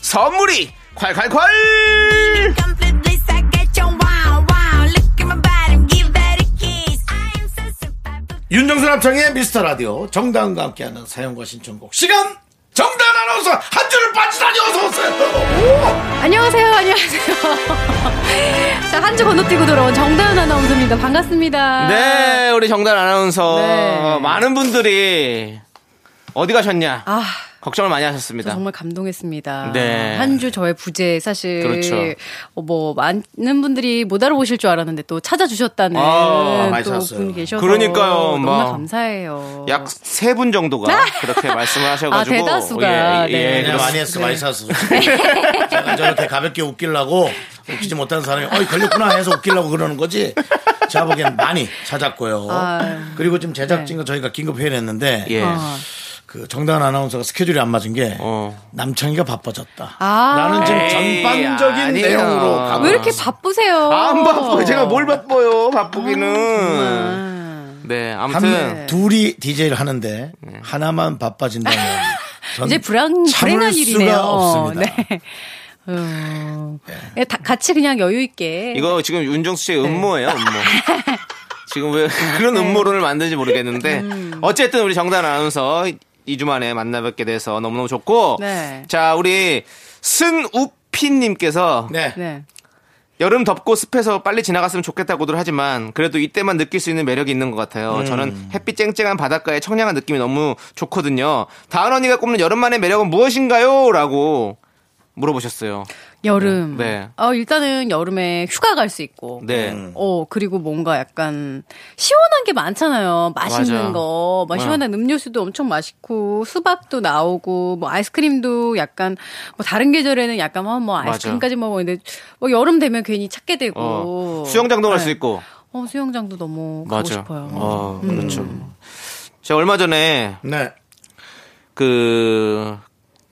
Speaker 2: 선물이 콸콸콸!
Speaker 3: Completely psycho, your wow, wow. Look at my body, give that a kiss. I am so super.
Speaker 1: 윤정수 남창의 미스터 라디오 정다은과 함께하는 사연과 신청곡 시간 정다은 아나운서 한 줄을 빠지다니 어서 오세요
Speaker 6: 안녕하세요, 안녕하세요. 자, 한 주 건너뛰고 돌아온 정다은 아나운서입니다. 반갑습니다.
Speaker 2: 네, 우리 정단 아나운서.
Speaker 6: 네.
Speaker 2: 많은 분들이 어디 가셨냐?
Speaker 6: 아,
Speaker 2: 걱정을 많이
Speaker 6: 저
Speaker 2: 하셨습니다.
Speaker 6: 정말 감동했습니다.
Speaker 2: 네.
Speaker 6: 한 주 저의 부재, 사실.
Speaker 2: 그렇죠.
Speaker 6: 어, 뭐, 많은 분들이 못 알아보실 줄 알았는데 또 찾아주셨다는
Speaker 2: 아,
Speaker 1: 많이
Speaker 6: 네, 또
Speaker 1: 찾았어요.
Speaker 6: 분이 계셔서.
Speaker 2: 그러니까요,
Speaker 6: 정말
Speaker 2: 막.
Speaker 6: 감사해요.
Speaker 2: 약 세 분 정도가 그렇게 말씀을 하셔가지고 예,
Speaker 6: 아, 대다수가, 네.
Speaker 1: 그냥
Speaker 2: 그렇습니다.
Speaker 1: 많이 했어 많이 샀어 제가 저렇게 가볍게 웃기려고 웃기지 못하는 사람이 어이 걸렸구나 해서 웃기려고 그러는 거지 제가 보기엔 많이 찾았고요
Speaker 6: 아.
Speaker 1: 그리고 지금 제작진과 저희가 긴급 회의를 했는데
Speaker 2: 예.
Speaker 6: 아.
Speaker 1: 그 정다은 아나운서가 스케줄이 안 맞은 게
Speaker 2: 어.
Speaker 1: 남창이가 바빠졌다.
Speaker 6: 아.
Speaker 1: 라는 지금
Speaker 2: 에이,
Speaker 1: 전반적인
Speaker 2: 아니에요.
Speaker 1: 내용으로 가고
Speaker 6: 왜 이렇게 바쁘세요? 뭐
Speaker 2: 안 바빠요. 제가 뭘 바빠요. 바쁘기는.
Speaker 6: 아,
Speaker 2: 네,
Speaker 1: 한
Speaker 2: 아무튼.
Speaker 1: 둘이 DJ를 하는데 하나만 바빠진다면 전
Speaker 6: 이제 불안,
Speaker 1: 참을
Speaker 6: 불행한
Speaker 1: 수가
Speaker 6: 일이네요.
Speaker 1: 없습니다.
Speaker 6: 네. 어. 다- 같이 그냥 여유 있게.
Speaker 2: 이거 지금 윤정수 씨의 음모예요, 음모. 지금 왜 그런 음모론을 만드는지 모르겠는데 어쨌든 우리 정단 아나운서 2주 만에 만나뵙게 돼서 너무너무 좋고
Speaker 6: 네.
Speaker 2: 자 우리 승우피님께서
Speaker 1: 네.
Speaker 6: 네.
Speaker 2: 여름 덥고 습해서 빨리 지나갔으면 좋겠다고들 하지만 그래도 이때만 느낄 수 있는 매력이 있는 것 같아요.
Speaker 6: 음.
Speaker 2: 저는 햇빛 쨍쨍한 바닷가의 청량한 느낌이 너무 좋거든요. 다은 언니가 꼽는 여름만의 매력은 무엇인가요? 라고 물어보셨어요.
Speaker 6: 여름.
Speaker 2: 네.
Speaker 6: 어, 일단은 여름에 휴가 갈 수 있고.
Speaker 2: 네.
Speaker 6: 어, 그리고 뭔가 약간 시원한 게 많잖아요. 맛있는
Speaker 2: 맞아.
Speaker 6: 거. 막
Speaker 2: 응.
Speaker 6: 시원한 음료수도 엄청 맛있고, 수박도 나오고, 뭐 아이스크림도 약간, 뭐 다른 계절에는 약간, 어, 뭐 아이스크림까지 먹었는데, 뭐 여름 되면 괜히 찾게 되고.
Speaker 2: 어, 수영장도 갈 수
Speaker 6: 네.
Speaker 2: 있고.
Speaker 6: 어, 수영장도 너무 가고 싶어요. 음.
Speaker 2: 어, 그렇죠. 제가 얼마 전에
Speaker 1: 네.
Speaker 2: 그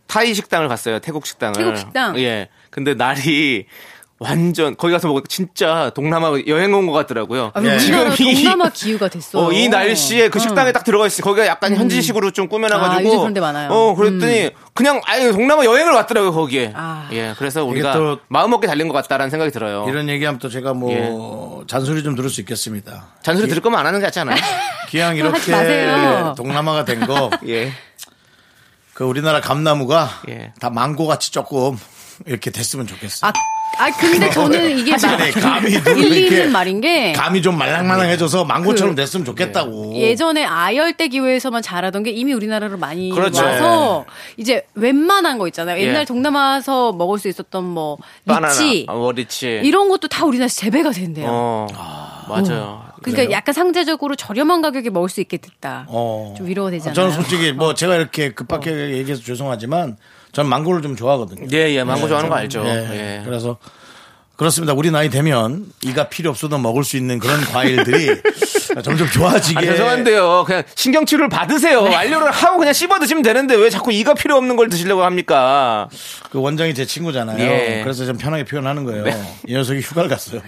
Speaker 2: 타이 식당을 갔어요. 태국 식당을.
Speaker 6: 태국 식당?
Speaker 2: 예. 근데 날이 완전 거기 가서 먹으니까 진짜 동남아 여행 온 것 같더라고요.
Speaker 6: 아, 왜
Speaker 2: 지금
Speaker 6: 우리나라
Speaker 2: 예. 이-
Speaker 6: 동남아 기후가 됐어.
Speaker 2: 어, 이 날씨에 그 식당에 딱 들어가 있어. 거기가 약간 현지식으로 좀 꾸며놔가지고.
Speaker 6: 음. 아, 요즘 그런 데 많아요. 음.
Speaker 2: 어, 그랬더니 그냥 아예 동남아 여행을 왔더라고요 거기에.
Speaker 6: 아.
Speaker 2: 예, 그래서 우리가
Speaker 1: 이게 또-
Speaker 2: 마음 먹게 달린 것 같다라는 생각이 들어요. 예.
Speaker 1: 이런 얘기하면 또 제가 뭐 잔소리 좀 들을 수 있겠습니다.
Speaker 2: 잔소리 들을 거면 안 하는 게 낫지 않아요?
Speaker 1: 기왕
Speaker 6: 그럼 하지
Speaker 1: 이렇게 예,
Speaker 6: 마세요.
Speaker 1: 동남아가 된 거 그
Speaker 2: 예.
Speaker 1: 우리나라 감나무가
Speaker 2: 예.
Speaker 1: 다 망고 같이 조금 이렇게 됐으면 좋겠어요.
Speaker 6: 아, 아, 근데 저는 이게 막
Speaker 1: 네, 감이 좀
Speaker 6: 일리
Speaker 1: 이렇게
Speaker 6: 있는 말인 게
Speaker 1: 감이 좀
Speaker 2: 예.
Speaker 1: 말랑말랑해져서 망고처럼 됐으면 좋겠다고.
Speaker 6: 네. 그 예전에 아열대 기후에서만 자라던 게 이미 우리나라로 많이
Speaker 2: 그렇죠.
Speaker 6: 와서 이제 웬만한 거 있잖아요. 옛날
Speaker 2: 예.
Speaker 6: 동남아서 먹을 수 있었던 뭐
Speaker 2: 바나나,
Speaker 6: 리치
Speaker 2: 아, 워리치.
Speaker 6: 이런 것도 다 우리나라에서 재배가 된대요.
Speaker 2: 어, 맞아요.
Speaker 6: 그러니까 약간 상대적으로 저렴한 가격에 먹을 수 있게 됐다.
Speaker 1: 어.
Speaker 6: 좀 위로가 되지 않아요? 어.
Speaker 1: 저는 솔직히 뭐 제가 이렇게 급하게 얘기해서 죄송하지만 저는 망고를 좀 좋아하거든요.
Speaker 2: 예, 예, 망고 좋아하는 거 알죠.
Speaker 1: 예.
Speaker 2: 예.
Speaker 1: 그래서 그렇습니다. 우리 나이 되면 이가 필요 없어도 먹을 수 있는 그런 과일들이 점점 좋아지게. 네.
Speaker 2: 아, 죄송한데요. 그냥 신경치료를 받으세요. 완료를 하고 그냥 씹어 드시면 되는데 왜 자꾸 이가 필요 없는 걸 드시려고 합니까?
Speaker 1: 그 원장이 제 친구잖아요.
Speaker 2: 예. 네.
Speaker 1: 그래서 좀 편하게 표현하는 거예요. 이 녀석이 휴가를 갔어요.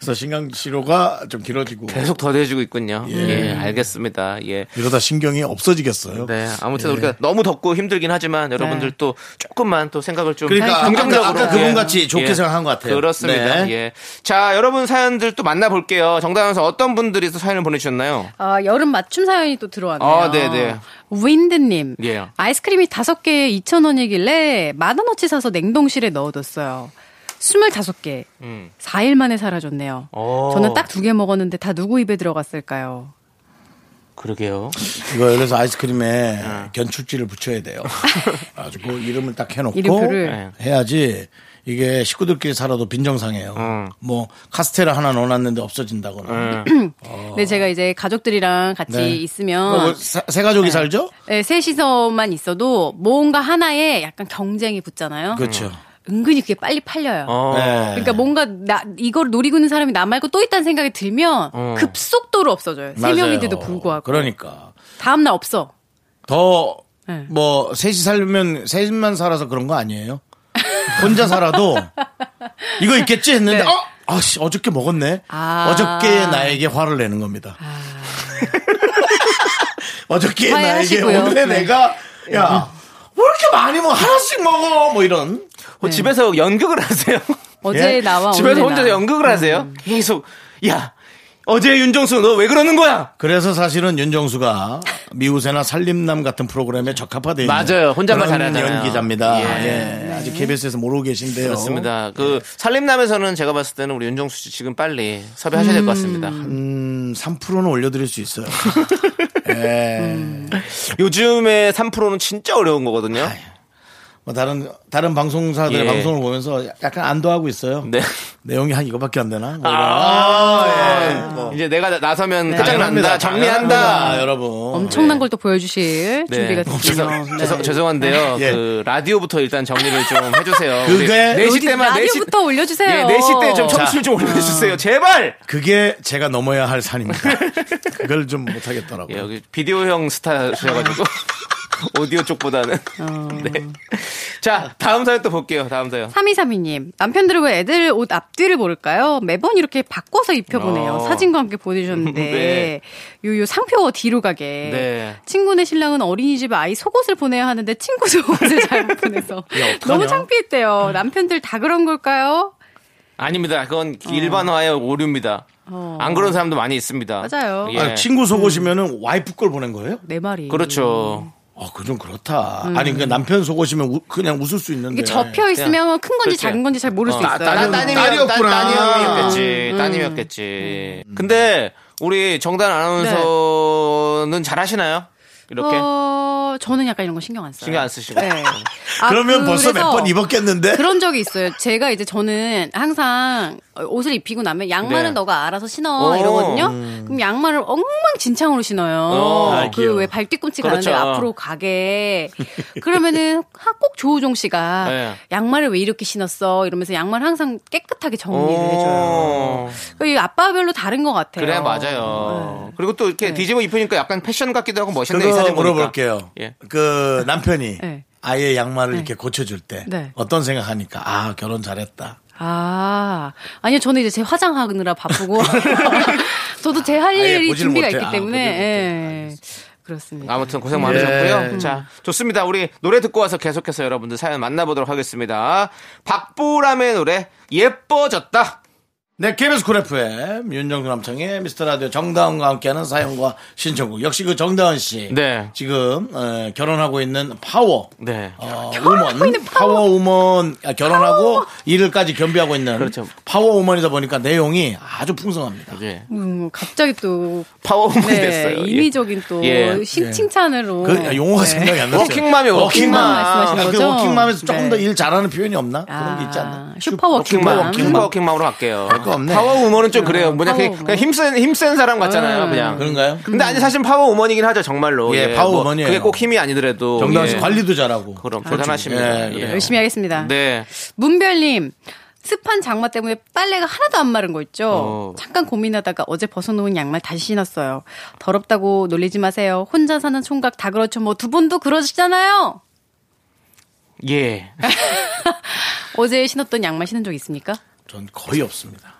Speaker 1: 그래서 신경 치료가 좀 길어지고
Speaker 2: 계속 더뎌지고 있군요. 예, 알겠습니다. 예.
Speaker 1: 이러다 신경이 없어지겠어요. 예.
Speaker 2: 네, 아무튼 우리가 너무 덥고 힘들긴 하지만 여러분들 또 조금만 또 생각을 좀
Speaker 1: 네. 그러니까 아까-
Speaker 2: 긍정적으로 예.
Speaker 1: 아까 그분같이 좋게 생각한 것 같아요.
Speaker 2: 그렇습니다.
Speaker 1: 네.
Speaker 2: 예. 자, 여러분 사연들 또 만나볼게요. 정다은서 어떤 분들이 또 사연을 보내주셨나요?
Speaker 6: 아, 여름 맞춤 사연이 또 들어왔네요.
Speaker 2: 아, 네네.
Speaker 6: 윈드님.
Speaker 2: 예.
Speaker 6: 아이스크림이 다섯 개에 2,000원이길래 만 원어치 사서 냉동실에 넣어뒀어요. 25개.
Speaker 2: 음. 어.
Speaker 6: 4일 만에 사라졌네요.
Speaker 2: 오.
Speaker 6: 저는 딱 두 개 먹었는데 다 누구 입에 들어갔을까요?
Speaker 2: 그러게요.
Speaker 1: 이거 그래서 아이스크림에
Speaker 2: 네.
Speaker 1: 견출지를 붙여야 돼요. 아주 그 이름을 딱 해놓고
Speaker 6: 이름표를.
Speaker 2: 네.
Speaker 1: 해야지 이게 식구들끼리 살아도 빈정상해요.
Speaker 2: 어.
Speaker 1: 뭐 카스테라 하나 넣어놨는데 없어진다거나.
Speaker 2: 네.
Speaker 6: 근데 제가 이제 가족들이랑 같이
Speaker 1: 네.
Speaker 6: 있으면
Speaker 1: 뭐 세, 세 가족이 살죠?
Speaker 6: 네, 셋이서만 있어도 뭔가 하나에 약간 경쟁이 붙잖아요.
Speaker 1: 그렇죠.
Speaker 6: 은근히 그게 빨리 팔려요.
Speaker 2: 어.
Speaker 1: 네.
Speaker 6: 그러니까 뭔가 나 이걸 노리고 있는 사람이 나 말고 또 있다는 생각이 들면
Speaker 2: 어.
Speaker 6: 급속도로 없어져요. 세
Speaker 1: 맞아요.
Speaker 6: 명인데도 불구하고
Speaker 1: 그러니까
Speaker 6: 다음 날 없어.
Speaker 1: 더
Speaker 6: 네.
Speaker 1: 뭐, 셋이 살면, 셋만 살아서 그런 거 아니에요? 혼자 살아도, 이거 있겠지? 했는데,
Speaker 6: 네.
Speaker 1: 어? 아씨, 어저께 먹었네?
Speaker 6: 아.
Speaker 1: 어저께 나에게 화를 내는 겁니다. 어저께 나에게
Speaker 6: 화해하시고요.
Speaker 1: 오늘의
Speaker 6: 네.
Speaker 1: 내가, 야, 왜 이렇게 많이 먹어? 하나씩 먹어! 뭐 이런.
Speaker 2: 어, 집에서 연극을 하세요?
Speaker 6: 어제
Speaker 1: 예?
Speaker 6: 나와 음.
Speaker 2: 집에서
Speaker 6: 오늘
Speaker 2: 혼자
Speaker 6: 나.
Speaker 2: 연극을 하세요? 계속 야 어제 윤정수 너 왜 그러는 거야?
Speaker 1: 그래서 사실은 윤정수가 미우새나 살림남 같은 프로그램에 적합화되어 있는
Speaker 2: 맞아요. 혼잣말
Speaker 1: 그런
Speaker 2: 잘하잖아요.
Speaker 1: 연기자입니다.
Speaker 2: 예.
Speaker 1: 예.
Speaker 6: 네.
Speaker 1: 아직 KBS에서 모르고 계신데요.
Speaker 2: 그렇습니다. 그 살림남에서는 제가 봤을 때는 우리 윤정수 씨 지금 빨리 섭외하셔야 될 것 같습니다.
Speaker 1: 음. 3%는 올려드릴 수 있어요. 예.
Speaker 2: 요즘에 3%는 진짜 어려운 거거든요.
Speaker 1: 아, 뭐 다른 다른 방송사들의
Speaker 2: 예.
Speaker 1: 방송을 보면서 약간 안도하고 있어요.
Speaker 2: 네.
Speaker 1: 내용이 한 이거밖에 안 되나? 뭐
Speaker 2: 아, 이제 내가 나서면
Speaker 6: 네.
Speaker 2: 끝장난다.
Speaker 1: 합니다.
Speaker 2: 정리한다. 네.
Speaker 1: 당연합니다, 여러분.
Speaker 2: 예.
Speaker 6: 엄청난 걸 또 보여주실 준비가 됐군요. 네.
Speaker 2: 죄송, 죄송한데요.
Speaker 1: 예.
Speaker 2: 그 라디오부터 일단 정리를 좀 해주세요. 우리
Speaker 1: 그게-
Speaker 2: 4시
Speaker 6: 어디
Speaker 2: 때만 4시
Speaker 6: 라디오부터 올려주세요. 아.
Speaker 2: 예, 4시 때좀 청취를 좀 올려주세요. 제발.
Speaker 1: 그게 제가 넘어야 할 산입니다. 그걸 좀 못하겠더라고요.
Speaker 2: 예, 여기 비디오형 스타셔가지고 오디오 쪽보다는.
Speaker 6: 어.
Speaker 2: 네. 자, 다음 사연 또 볼게요. 다음 사연.
Speaker 6: 3232님, 남편들은 왜 애들 옷 앞뒤를 모를까요? 매번 이렇게 바꿔서 입혀보네요.
Speaker 2: 어.
Speaker 6: 사진과 함께 보내주셨는데,
Speaker 2: 네.
Speaker 6: 요, 요 상표 뒤로 가게.
Speaker 2: 네.
Speaker 6: 친구네 신랑은 어린이집 아이 속옷을 보내야 하는데 친구 속옷을 잘못 보내서. 너무 창피했대요. 남편들 다 그런 걸까요?
Speaker 2: 아닙니다. 그건 일반화의 오류입니다.
Speaker 6: 어.
Speaker 2: 안 그런 사람도 많이 있습니다.
Speaker 6: 맞아요.
Speaker 2: 예. 음.
Speaker 1: 아, 친구 속옷이면은 와이프 걸 보낸 거예요?
Speaker 6: 내 말이.
Speaker 2: 그렇죠.
Speaker 1: 어, 그 좀 그렇다.
Speaker 2: 음.
Speaker 1: 아니, 그러니까 남편 속옷이면 우- 그냥 웃을 수 있는데.
Speaker 6: 이게 접혀 있으면 큰
Speaker 2: 네.
Speaker 6: 건지
Speaker 2: 그렇지.
Speaker 6: 작은 건지 잘 모를
Speaker 2: 어,
Speaker 6: 수
Speaker 2: 따-
Speaker 6: 있어요. 음.
Speaker 2: 따님-
Speaker 1: 딸이었구나.
Speaker 2: 따, 님이었겠지 따님이었겠지. 근데 우리 정단 아나운서는 잘하시나요? 이렇게
Speaker 6: 네. 어, 저는 약간 이런 거 신경 안 써요.
Speaker 2: 신경 안 쓰시고.
Speaker 6: 네. 아,
Speaker 1: 그러면 벌써 몇
Speaker 6: 그래서
Speaker 1: 번 입었겠는데?
Speaker 6: 그런 적이 있어요. 제가 이제 저는 항상 옷을 입히고 나면 양말은
Speaker 2: 네.
Speaker 6: 너가 알아서 신어
Speaker 2: 오.
Speaker 6: 이러거든요.
Speaker 1: 음.
Speaker 6: 그럼 양말을 엉망진창으로
Speaker 2: 어. 아,
Speaker 6: 신어요. 그
Speaker 1: 귀여워.
Speaker 6: 왜 발뒤꿈치
Speaker 2: 그렇죠.
Speaker 6: 가는데 앞으로 가게. 그러면은 하- 꼭 조우종 씨가
Speaker 2: 네.
Speaker 6: 양말을 왜 이렇게 신었어 이러면서 양말 항상
Speaker 1: 어.
Speaker 6: 깨끗하게 정리를 해줘요.
Speaker 2: 오.
Speaker 6: 그이 아빠별로 다른 것 같아요.
Speaker 2: 그래 맞아요. 그리고 또 이렇게
Speaker 6: 네.
Speaker 2: 뒤집어 입으니까 약간 패션 같기도 하고 멋있네 이
Speaker 1: 그거
Speaker 2: 사진 보니까.
Speaker 1: 물어볼게요.
Speaker 2: 예.
Speaker 1: 그 남편이
Speaker 6: 네.
Speaker 1: 아예 양말을 이렇게 고쳐줄 때
Speaker 6: 네.
Speaker 1: 어떤 생각하니까 아 결혼 잘했다.
Speaker 6: 아, 아니요, 저는 이제 제 화장하느라 바쁘고. 저도 제 할
Speaker 1: 아예
Speaker 6: 일이
Speaker 1: 보지를
Speaker 6: 준비가
Speaker 1: 못해.
Speaker 6: 있기
Speaker 1: 아,
Speaker 6: 때문에,
Speaker 1: 보지를 못해.
Speaker 6: 예. 그렇습니다.
Speaker 2: 아무튼 고생 많으셨고요.
Speaker 6: 예.
Speaker 2: 자, 좋습니다. 우리 노래 듣고 와서 계속해서 여러분들 사연 만나보도록 하겠습니다. 박보람의 노래 예뻐졌다.
Speaker 1: 네, KBS 쿨 FM 윤정수 남창의 미스터 라디오 정다은과 함께하는 사연과 신청곡 역시 그 정다은 씨
Speaker 2: 네.
Speaker 1: 지금 어, 결혼하고 있는 파워
Speaker 2: 네.
Speaker 1: 어, 우먼 파워 우먼 아, 결혼하고 일을까지 겸비하고 있는
Speaker 2: 그렇죠.
Speaker 1: 파워 우먼이다 보니까 내용이 아주 풍성합니다.
Speaker 2: 예.
Speaker 6: 음, 갑자기 또,
Speaker 2: 파워우먼이
Speaker 6: 네,
Speaker 2: 됐어요. 예.
Speaker 6: 임의적인 또,
Speaker 2: 예.
Speaker 6: 신- 칭찬으로.
Speaker 1: 그 용어가
Speaker 6: 네.
Speaker 1: 생각이 안 나요.
Speaker 2: 워킹맘이
Speaker 6: 워킹맘
Speaker 2: 워킹맘.
Speaker 6: 말씀하시는
Speaker 1: 아, 그
Speaker 6: 거죠?
Speaker 1: 워킹맘에서 조금
Speaker 6: 네.
Speaker 1: 더 일 잘하는 표현이 없나? 그런 게 있지
Speaker 6: 아,
Speaker 1: 않나?
Speaker 6: 슈퍼
Speaker 2: 워킹맘.
Speaker 6: 워킹맘.
Speaker 2: 워킹맘. 워킹맘으로 갈게요.
Speaker 1: 거 없네.
Speaker 2: 파워우먼은 좀 그래요. 뭐냐,
Speaker 6: 파워우먼. 음.
Speaker 2: 그냥, 그냥 힘센, 힘센 사람 같잖아요. 그냥.
Speaker 1: 그런가요?
Speaker 2: 근데 아니, 사실 파워우먼이긴 하죠. 정말로. 뭐
Speaker 1: 예, 파워우먼이에요.
Speaker 2: 그게 꼭 힘이 아니더라도.
Speaker 1: 정다은 씨
Speaker 2: 예.
Speaker 1: 관리도 잘하고.
Speaker 2: 그럼
Speaker 6: 그렇죠.
Speaker 1: 솔직히.
Speaker 2: 대단하십니다.
Speaker 1: 예,
Speaker 2: 예.
Speaker 1: 그래요.
Speaker 6: 열심히 하겠습니다.
Speaker 2: 네.
Speaker 6: 문별님. 습한 장마 때문에 빨래가 하나도 안 마른 거 있죠?
Speaker 2: 어.
Speaker 6: 잠깐 고민하다가 어제 벗어놓은 양말 다시 신었어요. 더럽다고 놀리지 마세요. 혼자 사는 총각 다 그렇죠. 뭐 두 분도 그러시잖아요.
Speaker 2: 예.
Speaker 6: 어제 신었던 양말 신은 적 있습니까?
Speaker 1: 전 거의 없습니다.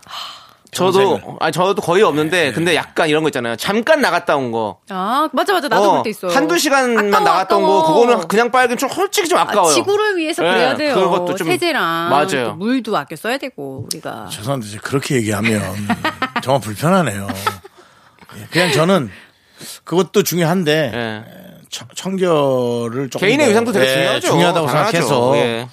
Speaker 2: 저도 아 저도 거의 없는데
Speaker 1: 예.
Speaker 2: 근데 약간 이런 거 있잖아요. 잠깐 나갔다 온 거.
Speaker 6: 아, 맞아, 맞아. 나도
Speaker 2: 어,
Speaker 6: 그럴 때 있어요.
Speaker 2: 한두 시간만
Speaker 6: 아까워,
Speaker 2: 나갔다 온 거.
Speaker 6: 아까워.
Speaker 2: 그거는 그냥 빨긴 좀 솔직히 좀
Speaker 6: 아,
Speaker 2: 아까워요.
Speaker 6: 지구를 위해서
Speaker 2: 예,
Speaker 6: 그래야 돼요.
Speaker 2: 그것도 좀-
Speaker 6: 세제랑
Speaker 2: 맞아요.
Speaker 6: 또 물도 아껴 써야 되고 우리가.
Speaker 1: 죄송한데 이제 그렇게 얘기하면 정말 불편하네요. 예, 그냥 저는 그것도 중요한데
Speaker 2: 예.
Speaker 1: 처- 청결을 조금
Speaker 2: 개인의
Speaker 1: 더,
Speaker 2: 의상도 되게
Speaker 1: 예,
Speaker 2: 중요하죠.
Speaker 1: 중요하다고
Speaker 2: 당연하죠.
Speaker 1: 생각해서
Speaker 2: 예.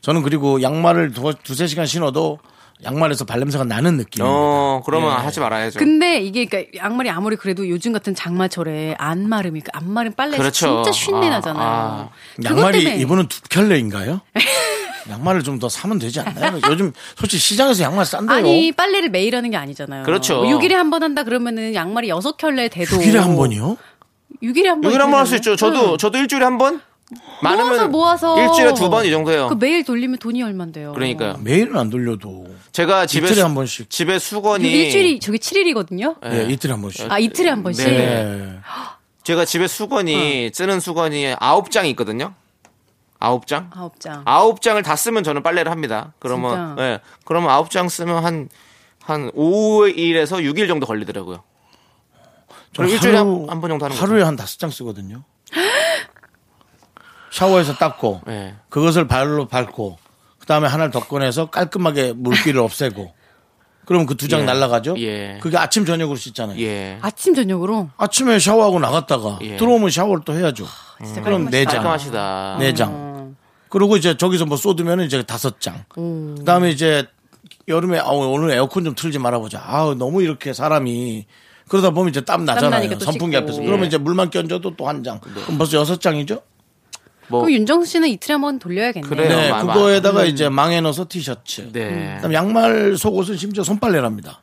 Speaker 1: 저는 그리고 양말을 두, 두세 시간 신어도 양말에서 발냄새가 나는 느낌.
Speaker 2: 어 그러면
Speaker 1: 예.
Speaker 2: 하지 말아야죠.
Speaker 6: 근데 이게 그러니까 양말이 아무리 그래도 요즘 같은 장마철에 안 마름이니까 안 마름 빨래
Speaker 2: 그렇죠.
Speaker 6: 진짜 쉰내
Speaker 2: 아,
Speaker 6: 나잖아요.
Speaker 2: 아.
Speaker 6: 그것
Speaker 1: 양말이
Speaker 6: 때문에
Speaker 1: 이분은 두 켤레인가요? 양말을 좀 더 사면 되지 않나요? 요즘 솔직히 시장에서 양말 싼데요.
Speaker 6: 아니 빨래를 매일 하는 게 아니잖아요.
Speaker 2: 그렇죠.
Speaker 6: 6일에 한 번 한다 그러면은 양말이 여섯 켤레 돼도
Speaker 1: 6일에 한 번이요?
Speaker 6: 6일에 한 번.
Speaker 2: 여기 한번 할 수 있죠. 저도 저도 일주일에 한 번.
Speaker 6: 모아서
Speaker 2: 많으면
Speaker 6: 모아서
Speaker 2: 일주일에 두 번 이 정도예요.
Speaker 6: 그 뭐. 매일 돌리면 돈이 얼만데요.
Speaker 2: 그러니까요.
Speaker 1: 매일은 안 돌려도
Speaker 2: 제가 집에
Speaker 1: 이틀에
Speaker 2: 수-
Speaker 1: 한 번씩.
Speaker 2: 집에 수건이
Speaker 6: 그 일주일이 저게 7일이거든요.
Speaker 1: 예, 이틀에 한 번씩.
Speaker 6: 아 이틀에 한 번씩.
Speaker 2: 네.
Speaker 1: 예.
Speaker 2: 제가 집에 수건이 쓰는 수건이 아홉 장이 있거든요. 아홉 장.
Speaker 6: 아홉 장.
Speaker 2: 아홉 장을 다 쓰면 저는 빨래를 합니다. 그러면
Speaker 6: 진짜?
Speaker 2: 예. 그러면 아홉 장 쓰면 한한 5일에서 6일 정도 걸리더라고요.
Speaker 1: 저는
Speaker 2: 그럼 일주일에 한- 한번 정도 하는
Speaker 1: 하루에 한 다섯 장 쓰거든요. 샤워해서 닦고
Speaker 2: 예.
Speaker 1: 그것을 발로 밟고 그 다음에 하나를 더 꺼내서 깔끔하게 물기를 없애고 그럼 그 두 장
Speaker 2: 예.
Speaker 1: 날라가죠.
Speaker 2: 예.
Speaker 1: 그게 아침 저녁으로 씻잖아요.
Speaker 2: 예.
Speaker 6: 아침 저녁으로.
Speaker 1: 아침에 샤워하고 나갔다가
Speaker 2: 예.
Speaker 1: 들어오면 샤워를 또 해야죠.
Speaker 6: 아,
Speaker 1: 그럼 네 장,
Speaker 2: 깔끔하시다.
Speaker 1: 네 장. 그리고 이제 저기서 뭐 쏟으면 이제 다섯 장. 그다음에 이제 여름에 아 오늘 에어컨 좀 틀지 말아보자. 아 너무 이렇게 사람이 그러다 보면 이제 땀 나잖아요.
Speaker 6: 나니까 또
Speaker 1: 선풍기
Speaker 6: 씻고.
Speaker 1: 앞에서.
Speaker 6: 예.
Speaker 1: 그러면 이제 물만 끼얹어도 또 한 장.
Speaker 2: 네.
Speaker 1: 그럼 벌써 여섯 장이죠.
Speaker 2: 뭐
Speaker 6: 그럼 윤정수 씨는 이틀에 한 번 돌려야겠네요.
Speaker 2: 그래요.
Speaker 1: 네,
Speaker 2: 마- 마-
Speaker 1: 그거에다가 이제 망에 넣어서 티셔츠.
Speaker 2: 네.
Speaker 1: 그다음 양말, 속옷은 심지어 손빨래랍니다.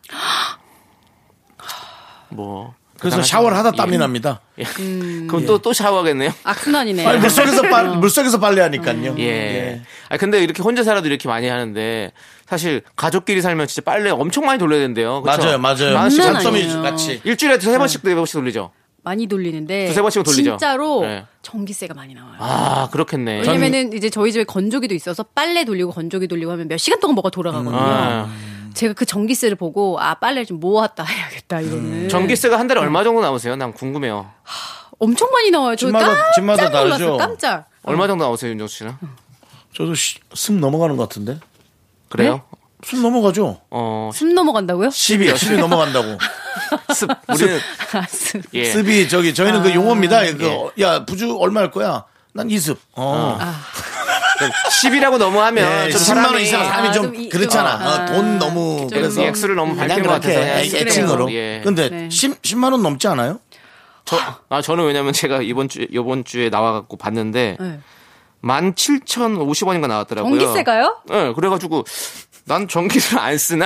Speaker 2: 뭐
Speaker 1: 그래서
Speaker 2: 대단하시다.
Speaker 1: 샤워를 하다 땀이
Speaker 2: 예.
Speaker 1: 납니다.
Speaker 2: 예. 그럼 또 또 샤워하겠네요.
Speaker 6: 악순환이네요.
Speaker 1: 아니, 물속에서 빨 물속에서 빨래하니까요.
Speaker 2: 음. 예. 아 근데 이렇게 혼자 살아도 이렇게 많이 하는데 사실 가족끼리 살면 진짜 빨래 엄청 많이 돌려야 된대요. 그쵸?
Speaker 1: 맞아요, 음. 맞아요.
Speaker 2: 많은
Speaker 6: 장난
Speaker 2: 시간
Speaker 6: 아니에요.
Speaker 1: 잔섬이 같이.
Speaker 2: 일주일에 세 번씩 네 번씩 돌리죠.
Speaker 6: 많이 돌리는데
Speaker 2: 두세 번씩은 돌리죠.
Speaker 6: 진짜로
Speaker 2: 네.
Speaker 6: 전기세가 많이 나와요.
Speaker 2: 아, 그렇겠네.
Speaker 6: 왜냐면은 이제 저희 집에 건조기도 있어서 빨래 돌리고 건조기 돌리고 하면 몇 시간 동안 뭐가 돌아가거든요.
Speaker 2: 아,
Speaker 6: 제가 그 전기세를 보고 아 빨래를 좀 모았다
Speaker 2: 음.
Speaker 6: 해야겠다 이거는
Speaker 2: 전기세가 한 달에 얼마 정도 나오세요? 난 궁금해요.
Speaker 6: 엄청 많이 나와요. 저
Speaker 1: 집마다-
Speaker 6: 깜짝
Speaker 1: 집마다 다르죠?
Speaker 6: 놀랐어요. 깜짝.
Speaker 2: 얼마 정도 나오세요, 윤정수 씨는?
Speaker 1: 저도 쉬- 숨 넘어가는 것 같은데.
Speaker 2: 그래요?
Speaker 6: 네?
Speaker 1: 숨 넘어가죠.
Speaker 2: 어,
Speaker 6: 숨 넘어간다고요?
Speaker 1: 10이요. 10이 넘어간다고.
Speaker 2: 습. 우리는
Speaker 6: 아, 숨.
Speaker 2: 예. 아,
Speaker 1: 습이 저기 저희는 그 용어입니다. 그, 야 부주 얼마 할 거야? 난 2습. 어.
Speaker 2: 10이라고 넘어하면
Speaker 1: 예,
Speaker 2: 좀
Speaker 1: 10만 원
Speaker 2: 아. 사람이-
Speaker 1: 이상 사람이
Speaker 6: 아,
Speaker 1: 좀,
Speaker 6: 좀 이-
Speaker 1: 그렇잖아.
Speaker 6: 좀-
Speaker 1: 어,
Speaker 6: 아,
Speaker 1: 돈 너무
Speaker 6: 좀-
Speaker 1: 그래서
Speaker 2: 액수를 너무 밝힌 것
Speaker 1: 그냥 그렇게
Speaker 2: 같아서 그냥
Speaker 1: 애- 애칭으로.
Speaker 2: 예.
Speaker 1: 근데
Speaker 6: 네.
Speaker 1: 10, 10만 원 넘지 않아요?
Speaker 2: 저, 아, 저는 왜냐면 제가 이번 주 이번 주에 나와 갖고 봤는데
Speaker 6: 네.
Speaker 2: 17,050원인가 나왔더라고요.
Speaker 6: 전기세가요?
Speaker 2: 예, 그래 가지고 난 전기세를 안 쓰나?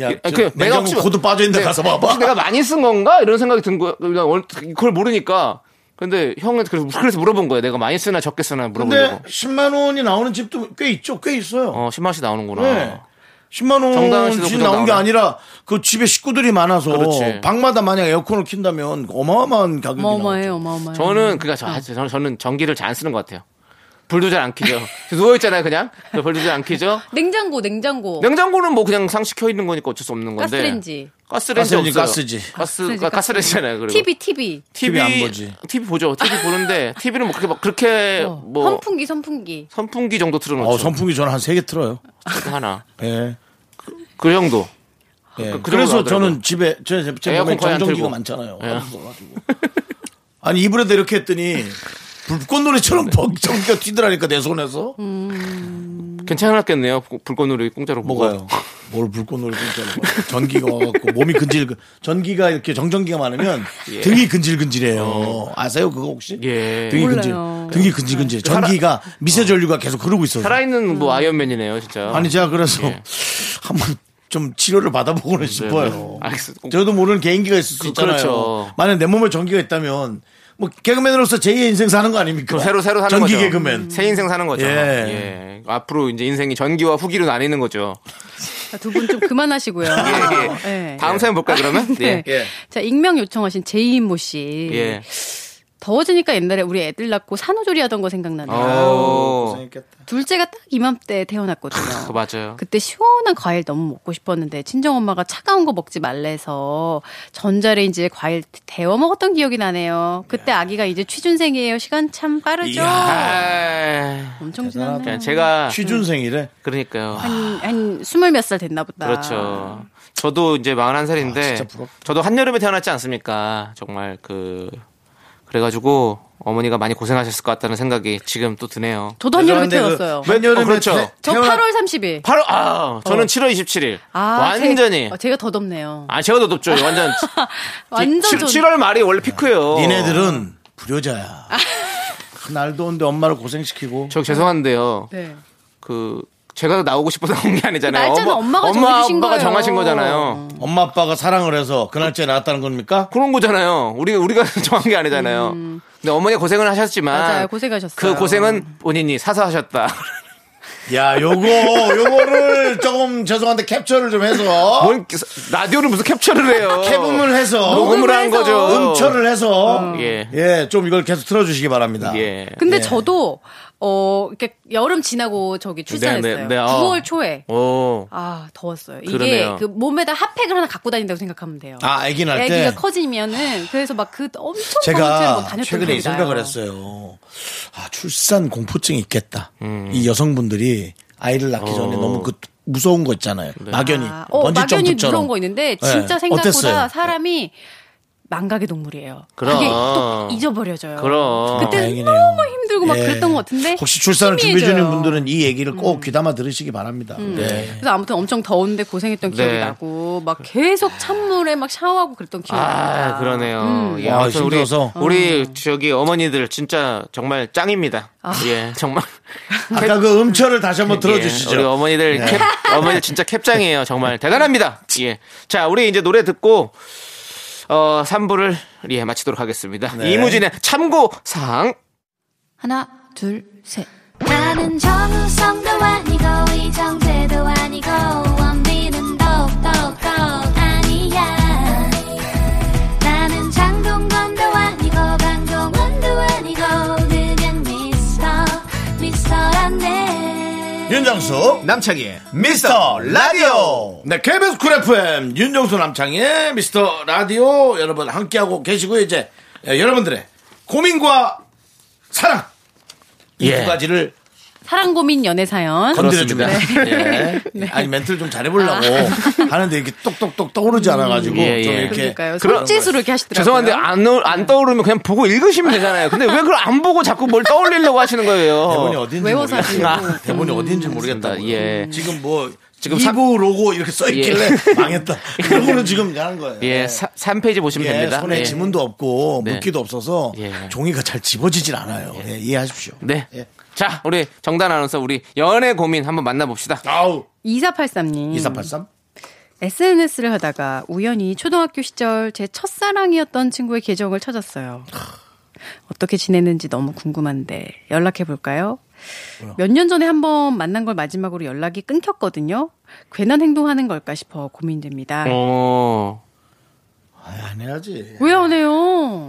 Speaker 1: 야,
Speaker 2: 예,
Speaker 1: 저
Speaker 2: 그 내가
Speaker 1: 냉장고
Speaker 2: 혹시- 네.
Speaker 1: 고도 빠져 있는 데 가서 봐봐.
Speaker 2: 혹시 내가 많이 쓴 건가? 이런 생각이 든 거야. 난 월- 그걸 모르니까. 근데 형은 그래서, 그래서 물어본 거야. 내가 많이 쓰나 적게 쓰나
Speaker 1: 근데
Speaker 2: 물어보려고.
Speaker 1: 10만 원이 나오는 집도 꽤 있죠. 꽤 있어요.
Speaker 2: 어, 10만 원씩 나오는구나.
Speaker 1: 네. 10만
Speaker 2: 정당한 시도
Speaker 1: 원씩
Speaker 2: 그정
Speaker 1: 나온 게
Speaker 2: 나오나?
Speaker 1: 아니라 그 집에 식구들이 많아서
Speaker 2: 그렇지.
Speaker 1: 방마다 만약 에어컨을 킨다면 어마어마한 가격이
Speaker 6: 어마어마해요,
Speaker 1: 나와요.
Speaker 6: 어마어마해요.
Speaker 2: 저는 그니까 저, 저는, 저는 전기를 잘 안 쓰는 것 같아요. 불도 잘 안 켜죠. 누워 있잖아요, 그냥. 그래서 불도 잘 안 켜죠.
Speaker 6: 냉장고, 냉장고.
Speaker 2: 냉장고는 뭐 그냥 상시켜 있는 거니까 어쩔 수 없는 건데.
Speaker 6: 가스레인지.
Speaker 2: 가스레인지
Speaker 1: 가스레인지,
Speaker 2: 없어요.
Speaker 1: 가스지.
Speaker 2: 가스
Speaker 6: 가스레인지,
Speaker 2: 가스, 레인지잖아요 그리고
Speaker 6: TV, TV.
Speaker 1: TV 안 보지.
Speaker 2: TV 보죠. TV 보는데 TV는 뭐 그렇게 막 그렇게
Speaker 6: 어,
Speaker 2: 뭐
Speaker 6: 선풍기, 선풍기.
Speaker 2: 선풍기 정도 틀어놓죠.
Speaker 1: 어, 선풍기 저는 한 세 개 틀어요.
Speaker 2: 하나.
Speaker 1: 예.
Speaker 2: 그 정도.
Speaker 1: 예.
Speaker 2: 그- 그
Speaker 1: 그래서
Speaker 2: 정도 하더라고요.
Speaker 1: 저는 집에 제, 제, 제
Speaker 2: 에어컨
Speaker 1: 몸에
Speaker 2: 거의 안
Speaker 1: 정전기가
Speaker 2: 틀고.
Speaker 1: 많잖아요.
Speaker 2: 예.
Speaker 1: 하도 써가지고. 아니 이불에도 이렇게 했더니 불꽃놀이처럼 벅 전기가 튀더라니까 내 손에서
Speaker 2: 음. 괜찮았겠네요. 부- 불꽃놀이 공짜로 보고.
Speaker 1: 뭐가요? 뭘 불꽃놀이 진짜로 전기가 와갖고 몸이 근질근 전기가 이렇게 정전기가 많으면 등이 근질근질해요. 아세요 그거 혹시?
Speaker 2: 어. 예.
Speaker 1: 등이
Speaker 6: 몰라요.
Speaker 1: 근질 등이 근질근질 전기가 미세 전류가 계속 흐르고 있어서
Speaker 2: 살아있는 뭐 아이언맨이네요, 진짜.
Speaker 1: 음. 아니 제가 그래서
Speaker 2: 예. 네,
Speaker 1: 한번 좀 치료를 받아보고는 싶어요.
Speaker 2: 알겠습니다.
Speaker 1: 뭐 저도 모르는 개인기가 있을 수
Speaker 2: 그-
Speaker 1: 있잖아요.
Speaker 2: 그렇죠.
Speaker 1: 만약 내 몸에 전기가 있다면 뭐 개그맨으로서 제2의 인생 사는 거 아닙니까?
Speaker 2: 또 새로 새로 사는
Speaker 1: 전기
Speaker 2: 거죠. 음.
Speaker 1: 개그맨.
Speaker 2: 새 인생 사는 거죠.
Speaker 1: 예.
Speaker 2: 예. 앞으로 이제 인생이 전기와 후기로 나뉘는 거죠.
Speaker 6: 두 분 좀 그만하시고요.
Speaker 2: 예,
Speaker 6: 네.
Speaker 2: 다음 사연 볼까요, 그러면?
Speaker 6: 네.
Speaker 1: 예.
Speaker 6: 자, 익명 요청하신 제이모 씨.
Speaker 2: 예. 예.
Speaker 6: 더워지니까 옛날에 우리 애들 낳고 산후조리 하던 거 생각나네요.
Speaker 1: 아,
Speaker 2: 어.
Speaker 1: 고생했겠다.
Speaker 6: 둘째가 딱 이맘때 태어났거든요.
Speaker 2: 그 맞아요.
Speaker 6: 그때 시원한 과일 너무 먹고 싶었는데 친정 엄마가 차가운 거 먹지 말래서 전자레인지에 과일 데워 먹었던 기억이 나네요. 그때 아기가 이제 취준생이에요. 시간 참 빠르죠.
Speaker 2: 아,
Speaker 6: 엄청 지났네요.
Speaker 2: 그냥 제가
Speaker 1: 취준생이래.
Speaker 2: 그러니까요.
Speaker 6: 한한 스물 몇 살 됐나 보다.
Speaker 2: 그렇죠. 저도 이제 41살인데
Speaker 1: 아, 진짜 부럽다.
Speaker 2: 저도 한여름에 태어났지 않습니까? 정말 그 그래가지고 어머니가 많이 고생하셨을 것 같다는 생각이 지금 또 드네요.
Speaker 6: 저도 한 여름에
Speaker 1: 죄송한데 그
Speaker 6: 태어났어요.
Speaker 1: 몇
Speaker 2: 어,
Speaker 1: 여름에
Speaker 2: 그렇죠.
Speaker 1: 태-
Speaker 6: 저
Speaker 1: 태어나-
Speaker 6: 8월 30일.
Speaker 2: 바로 아 저는 7월 27일
Speaker 6: 어. 아,
Speaker 2: 완전히
Speaker 6: 제, 어, 제가 더 덥네요.
Speaker 2: 아 제가 더 덥죠. 완전 7,
Speaker 6: 완전 전-
Speaker 2: 월 말이 원래 피크예요.
Speaker 1: 니네들은 불효자야. 날 더운데 엄마를 고생시키고
Speaker 2: 저 죄송한데요.
Speaker 6: 네.
Speaker 2: 그 제가 나오고 싶어서 나온 게 아니잖아요.
Speaker 6: 날짜는 엄마가 정해주신
Speaker 2: 엄마가
Speaker 6: 거예요.
Speaker 2: 정하신 거잖아요.
Speaker 1: 엄마 아빠가 사랑을 해서 그 날짜에 나왔다는 겁니까?
Speaker 2: 그런 거잖아요. 우리 우리가 정한 게 아니잖아요. 근데 어머니가 고생을 하셨지만
Speaker 6: 음. 맞아요. 고생하셨어요. 음.
Speaker 2: 그 고생은 본인이 사서 하셨다.
Speaker 1: 야, 요거 요거를 조금 죄송한데 캡처를 좀 해서
Speaker 2: 뭔 라디오를 무슨 캡처를 해요?
Speaker 1: 캡음을 해서
Speaker 2: 녹음을 한
Speaker 6: 녹음을
Speaker 2: 거죠.
Speaker 6: 해서.
Speaker 1: 음처를 해서
Speaker 2: 예.
Speaker 1: 예, 좀 이걸 계속 틀어주시기 바랍니다.
Speaker 2: 예.
Speaker 6: 근데
Speaker 1: 예.
Speaker 6: 저도 어 이렇게 여름 지나고 저기 출산했어요.
Speaker 2: 네, 네, 네. 어.
Speaker 6: 9월 초에.
Speaker 2: 오.
Speaker 6: 아 더웠어요. 이게
Speaker 2: 그러네요.
Speaker 6: 그 몸에다 핫팩을 하나 갖고 다닌다고 생각하면 돼요.
Speaker 1: 아, 아기 낳을
Speaker 6: 아기가
Speaker 1: 때
Speaker 6: 커지면은 그래서 막 그 엄청 더운 채로
Speaker 1: 제가
Speaker 6: 뭐 다녔던
Speaker 1: 최근에 이
Speaker 6: 기억이 나요.
Speaker 1: 생각을 했어요. 아, 출산 공포증이 있겠다. 이 여성분들이 아이를 낳기
Speaker 2: 어.
Speaker 1: 전에 너무 그 무서운 거 있잖아요.
Speaker 2: 네.
Speaker 1: 막연히
Speaker 6: 아, 어, 막연히
Speaker 1: 번지점프처럼
Speaker 6: 무서운 거 있는데 진짜
Speaker 1: 예.
Speaker 6: 생각보다
Speaker 1: 어땠어요?
Speaker 6: 사람이 망각의 동물이에요.
Speaker 2: 그럼.
Speaker 6: 그게 또 잊어버려져요.
Speaker 2: 그럼.
Speaker 6: 그때
Speaker 1: 아, 다행이네요.
Speaker 6: 너무 힘들고 막
Speaker 1: 예.
Speaker 6: 그랬던 것 같은데.
Speaker 1: 혹시 출산을 준비해 주는
Speaker 6: 희미해져요. 음.
Speaker 1: 분들은 이 얘기를 꼭 귀담아 들으시기 바랍니다. 네.
Speaker 6: 그래서 아무튼 엄청 더운데 고생했던 기억이
Speaker 2: 네.
Speaker 6: 나고 막 계속 찬물에 막 샤워하고 그랬던 기억이
Speaker 2: 아,
Speaker 6: 나.
Speaker 2: 그러네요.
Speaker 6: 음.
Speaker 2: 예,
Speaker 1: 와,
Speaker 2: 아무튼 우리
Speaker 1: 힘들어서.
Speaker 2: 우리 저기 어머니들 진짜 정말 짱입니다.
Speaker 6: 아.
Speaker 2: 예, 정말
Speaker 1: 아까 그 음처를 다시 한번
Speaker 2: 예,
Speaker 1: 들어주시죠. 네.
Speaker 2: 우리 어머니들 캡, 어머니 진짜 캡짱이에요. 정말 대단합니다. 예. 자, 우리 이제 노래 듣고 어 3부를 예, 마치도록 하겠습니다.
Speaker 1: 네.
Speaker 2: 이무진의 참고 사항.
Speaker 6: 하나, 둘, 셋.
Speaker 3: 나는 정우성도 아니고 이정재도 아니고 원빈은 더욱더 아니야 나는 장동건도
Speaker 7: 윤정수
Speaker 2: 남창희의
Speaker 7: 미스터 라디오
Speaker 1: 네, KBS 쿨 FM 윤정수 남창의 미스터 라디오 여러분 함께하고 계시고요. 이제 예, 여러분들의 고민과 사랑 이 두
Speaker 7: 예.
Speaker 1: 가지를
Speaker 6: 사랑 고민 연애 사연.
Speaker 1: 건드려줍니다.
Speaker 6: 그렇습니다.
Speaker 1: 예. 아니 멘트를 좀 잘해보려고 하는데 이렇게 똑똑똑 떠오르지 않아가지고
Speaker 2: 예,
Speaker 1: 좀
Speaker 2: 예.
Speaker 1: 이렇게
Speaker 6: 그러니까요. 손짓으로 이렇게 하시더라고요.
Speaker 2: 죄송한데 아. 안, 어울- 안 떠오르면 그냥 보고 읽으시면 되잖아요. 근데 왜 그걸 안 보고 자꾸 뭘 떠올리려고 하시는
Speaker 1: 대본이
Speaker 2: 거예요?
Speaker 1: 어딘지
Speaker 6: 외워서
Speaker 1: 모르겠어요. 아,
Speaker 6: 하시려고.
Speaker 1: 대본이 어딘지 모르겠다.
Speaker 2: 알겠습니다. 예.
Speaker 1: 지금 뭐 지금
Speaker 2: 지금
Speaker 1: 2부
Speaker 2: 삼-
Speaker 1: 로고 이렇게 써있길래 망했다. 그러고는 지금 하는 거예요.
Speaker 2: 예, 사, 3페이지 보시면
Speaker 1: 네. 예,
Speaker 2: 됩니다.
Speaker 1: 손에
Speaker 2: 예.
Speaker 1: 지문도 없고
Speaker 2: 네.
Speaker 1: 물기도 없어서
Speaker 2: 예.
Speaker 1: 종이가 잘 집어지질 않아요. 예, 이해하십시오.
Speaker 2: 네.
Speaker 1: 예.
Speaker 2: 자, 우리 정단 아나운서 우리 연애 고민 한번 만나봅시다.
Speaker 1: 아우
Speaker 6: 2483님.
Speaker 1: 2483
Speaker 6: SNS를 하다가 우연히 초등학교 시절 제 첫사랑이었던 친구의 계정을 찾았어요. 어떻게 지냈는지 너무 궁금한데 연락해 볼까요? 몇 년 전에 한 번 만난 걸 마지막으로 연락이 끊겼거든요. 괜한 행동하는 걸까 싶어 고민됩니다.
Speaker 2: 어.
Speaker 1: 아이, 안 해야지.
Speaker 6: 네. 왜 안 해요?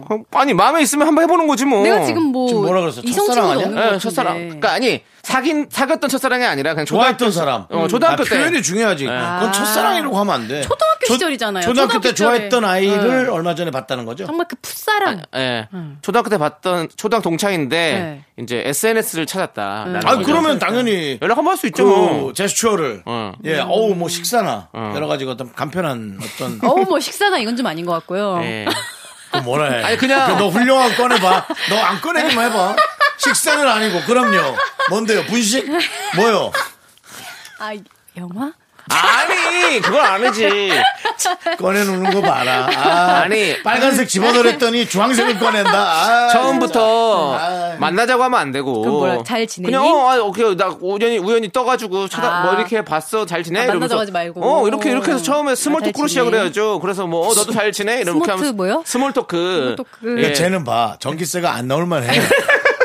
Speaker 2: 어, 아니, 마음에 있으면 한번 해보는 거지 뭐.
Speaker 6: 내가 지금 뭐
Speaker 1: 지금 뭐라 그랬어?
Speaker 6: 이성
Speaker 1: 첫사랑
Speaker 6: 친구도
Speaker 1: 아니야?
Speaker 6: 없는 거
Speaker 2: 예,
Speaker 6: 같은데.
Speaker 2: 첫사랑. 그러니까 아니, 사귄 사귀었던 첫사랑이 아니라 그냥 초등학교
Speaker 1: 좋아했던 사람.
Speaker 2: 어, 초등학교
Speaker 1: 아,
Speaker 2: 때.
Speaker 1: 표현이 중요하지. 그건
Speaker 6: 아.
Speaker 1: 첫사랑이라고 하면 안 돼.
Speaker 6: 초등학교 시절이잖아요.
Speaker 1: 초등학교, 때
Speaker 6: 초등학교 시절에. 네.
Speaker 1: 좋아했던 아이를 얼마 전에 봤다는 거죠?
Speaker 6: 정말 그 풋사랑.
Speaker 2: 예. 초등학교 때 봤던 초등 동창인데
Speaker 6: 네.
Speaker 2: 이제 SNS를 찾았다. 라는
Speaker 1: 아,
Speaker 2: 거죠.
Speaker 1: 그러면 당연히
Speaker 2: 연락 한번 할 수 있죠.
Speaker 1: 그
Speaker 2: 뭐.
Speaker 1: 제스처를
Speaker 2: 어.
Speaker 1: 예, 어우 뭐 식사나 여러 가지 어떤 간편한 어떤
Speaker 2: 아.
Speaker 6: 어우 뭐 식사나 이건 좀 아닌 것 같고요.
Speaker 2: 예.
Speaker 1: 그 뭐라 해.
Speaker 2: 아니, 그냥-
Speaker 1: 그너 훌륭한 거 꺼내봐. 너 안 꺼내기만 해봐. 식사는 아니고 그럼요. 뭔데요? 분식? 뭐요?
Speaker 6: 아 영화?
Speaker 2: 아니, 그걸 아니지.
Speaker 1: 꺼내놓는 거 봐라. 아,
Speaker 2: 아니.
Speaker 1: 빨간색 집어넣었더니 주황색을 꺼낸다. 아,
Speaker 2: 처음부터
Speaker 1: 아이.
Speaker 2: 만나자고 하면 안 되고.
Speaker 6: 그럼 뭐라, 잘 지내니?
Speaker 2: 그냥 어, 아, 오케이. 나 우연히 우연히 떠가지고 쳐다
Speaker 6: 아.
Speaker 2: 뭐 이렇게 봤어. 잘 지내.
Speaker 6: 아,
Speaker 2: 이러면서.
Speaker 6: 만나자고 하지 말고.
Speaker 2: 어, 이렇게 이렇게 해서 처음에
Speaker 6: 아,
Speaker 2: 스몰
Speaker 6: 잘
Speaker 2: 토크로
Speaker 6: 지내.
Speaker 2: 시작을 해야죠. 그래서 뭐 어, 너도 잘 지내. 이렇게
Speaker 6: 스몰트
Speaker 2: 하면
Speaker 6: 뭐요?
Speaker 2: 스몰 토크. 예.
Speaker 6: 스몰 토크.
Speaker 1: 그러니까 쟤는 봐. 전기세가 안 나올만 해.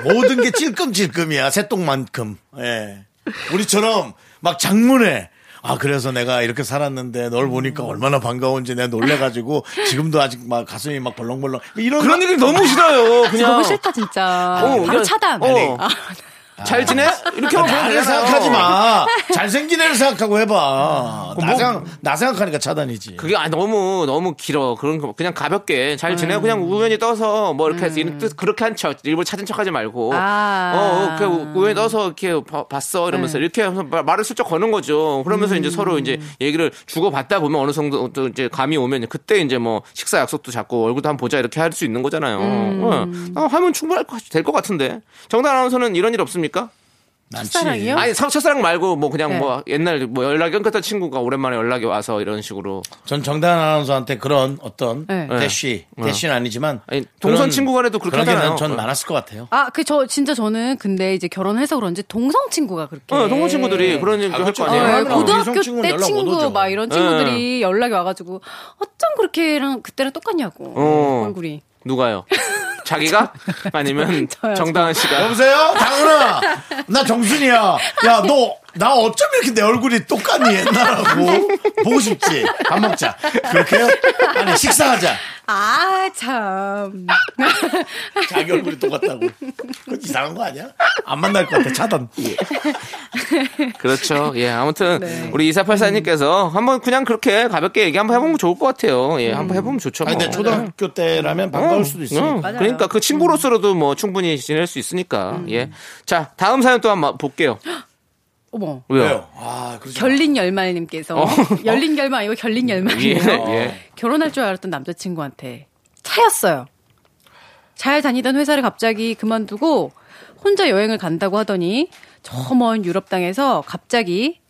Speaker 1: 모든 게 찔끔찔끔이야. 새똥만큼. 예. 우리처럼 막 장문에. 아, 그래서 내가 이렇게 살았는데 널 보니까 얼마나 반가운지 내가 놀래가지고 지금도 아직 막 가슴이 막 벌렁벌렁. 이런.
Speaker 2: 그런 얘기 너무 싫어요. 그냥
Speaker 6: 너무 싫다 진짜.
Speaker 2: 어,
Speaker 6: 바로
Speaker 2: 이런-
Speaker 6: 차단.
Speaker 2: 어.
Speaker 6: 아,
Speaker 2: 잘 지내? 이렇게 하면
Speaker 1: 나를
Speaker 2: 되잖아요.
Speaker 1: 생각하지 마. 잘생긴 애를 생각하고 해봐. 나,
Speaker 2: 뭐-
Speaker 1: 생각, 나 생각하니까 차단이지.
Speaker 2: 그게 아 너무 너무 길어 그런 거 그냥 가볍게 잘 지내 고
Speaker 6: 음.
Speaker 2: 그냥 우연히 떠서 뭐 이렇게 해서 이런 뜻 그렇게 한 척 일부러 찾은 척하지 말고
Speaker 6: 아.
Speaker 2: 어, 어 그, 우연히 떠서 이렇게 봐- 봤어
Speaker 6: 네.
Speaker 2: 이러면서 이렇게 하면서 마- 말을 슬쩍 거는 거죠 그러면서
Speaker 6: 음.
Speaker 2: 이제 서로 이제 얘기를 주고 받다 보면 어느 정도 또 이제 감이 오면 그때 이제 뭐 식사 약속도 잡고 얼굴도 한번 보자 이렇게 할 수 있는 거잖아요
Speaker 6: 음.
Speaker 2: 어, 어, 하면 충분할 될것 같은데 정단 아나운서는 이런 일 없습니까?
Speaker 1: 많지.
Speaker 6: 첫사랑이요?
Speaker 2: 아니 사- 첫사랑 말고 뭐 그냥
Speaker 6: 네.
Speaker 2: 뭐 옛날 뭐 연락이 끊겼던 친구가 오랜만에 연락이 와서 이런 식으로
Speaker 1: 전 정단 아나운서한테 그런 어떤
Speaker 6: 네.
Speaker 1: 대쉬, 대쉬는 아니지만.
Speaker 2: 아니, 동선 친구 간에도 그렇게
Speaker 1: 그런 게
Speaker 2: 하잖아요.
Speaker 1: 난 전
Speaker 2: 어.
Speaker 1: 많았을 것 같아요.
Speaker 6: 아, 그 저 진짜 저는 근데 이제 결혼해서 그런지 동성 친구가 그렇게.
Speaker 2: 어, 동호 친구들이 그런 얘기 할거
Speaker 6: 어,
Speaker 1: 네,
Speaker 6: 예,
Speaker 2: 아니에요?
Speaker 1: 하더라고요.
Speaker 6: 고등학교
Speaker 1: 이성 친구는
Speaker 6: 때
Speaker 1: 연락 못 오죠.
Speaker 6: 친구 막 이런
Speaker 2: 네.
Speaker 6: 친구들이 연락이 와가지고 어쩜 그렇게랑 그때랑 똑같냐고
Speaker 2: 어.
Speaker 6: 얼굴이.
Speaker 2: 누가요? 자기가 아니면
Speaker 6: 저요,
Speaker 2: 정다은 씨가
Speaker 1: 여보세요? 당은아! 나 정순이야. 야, 너, 나 어쩜 이렇게 내 얼굴이 똑같니, 옛날하고? 보고 싶지? 밥 먹자. 그렇게요? 아니, 식사하자.
Speaker 6: 아 참.
Speaker 1: 자기 얼굴이 똑같다고. 그건 이상한 거 아니야? 안 만날 것 같아, 차단.
Speaker 2: 그렇죠. 예, 아무튼
Speaker 6: 네.
Speaker 2: 우리 2484님께서 한번 그냥 그렇게 가볍게 얘기 한번 해보면 좋을 것 같아요.
Speaker 6: 음.
Speaker 2: 예, 한번 해보면 좋죠.
Speaker 1: 아니, 근데
Speaker 2: 뭐.
Speaker 1: 초등학교 때라면 반가울 수도
Speaker 2: 응,
Speaker 1: 있으니까.
Speaker 2: 그러니까 그 친구로서라도 뭐 충분히 지낼 수 있으니까.
Speaker 6: 음.
Speaker 2: 예. 자, 다음 사연 또 한번 볼게요.
Speaker 6: 어머.
Speaker 2: 왜요?
Speaker 1: 왜요? 아, 그렇죠.
Speaker 6: 결린 열말님께서
Speaker 2: 어.
Speaker 6: 열린 결말 아니고 결린
Speaker 2: 예,
Speaker 6: 열말이에요.
Speaker 2: 예.
Speaker 6: 결혼할 줄 알았던 남자친구한테 차였어요. 잘 다니던 회사를 갑자기 그만두고 혼자 여행을 간다고 하더니 저 먼 유럽 땅에서 갑자기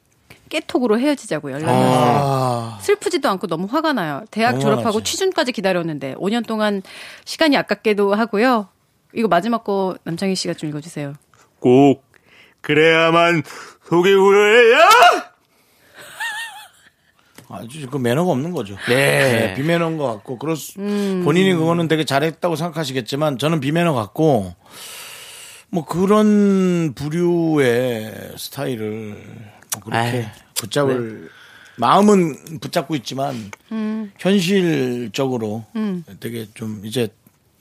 Speaker 6: 깨톡으로 헤어지자고 연락을 했어요. 슬프지도 않고 너무 화가 나요. 대학
Speaker 1: 아. 너무
Speaker 6: 졸업하고
Speaker 1: 화나지.
Speaker 6: 취준까지 기다렸는데 5년 동안 시간이 아깝게도 하고요. 이거 마지막 거 남창희 씨가 좀 읽어주세요.
Speaker 4: 꼭 그래야만 속이 우려야
Speaker 1: 아주 그 매너가 없는 거죠.
Speaker 2: 네.
Speaker 1: 비매너인 것 같고, 그럴 수, 본인이 그거는 되게 잘했다고 생각하시겠지만, 저는 비매너 같고, 뭐 그런 부류의 스타일을 뭐 그렇게
Speaker 2: 에이,
Speaker 1: 붙잡을, 마음은 붙잡고 있지만, 현실적으로 되게 좀 이제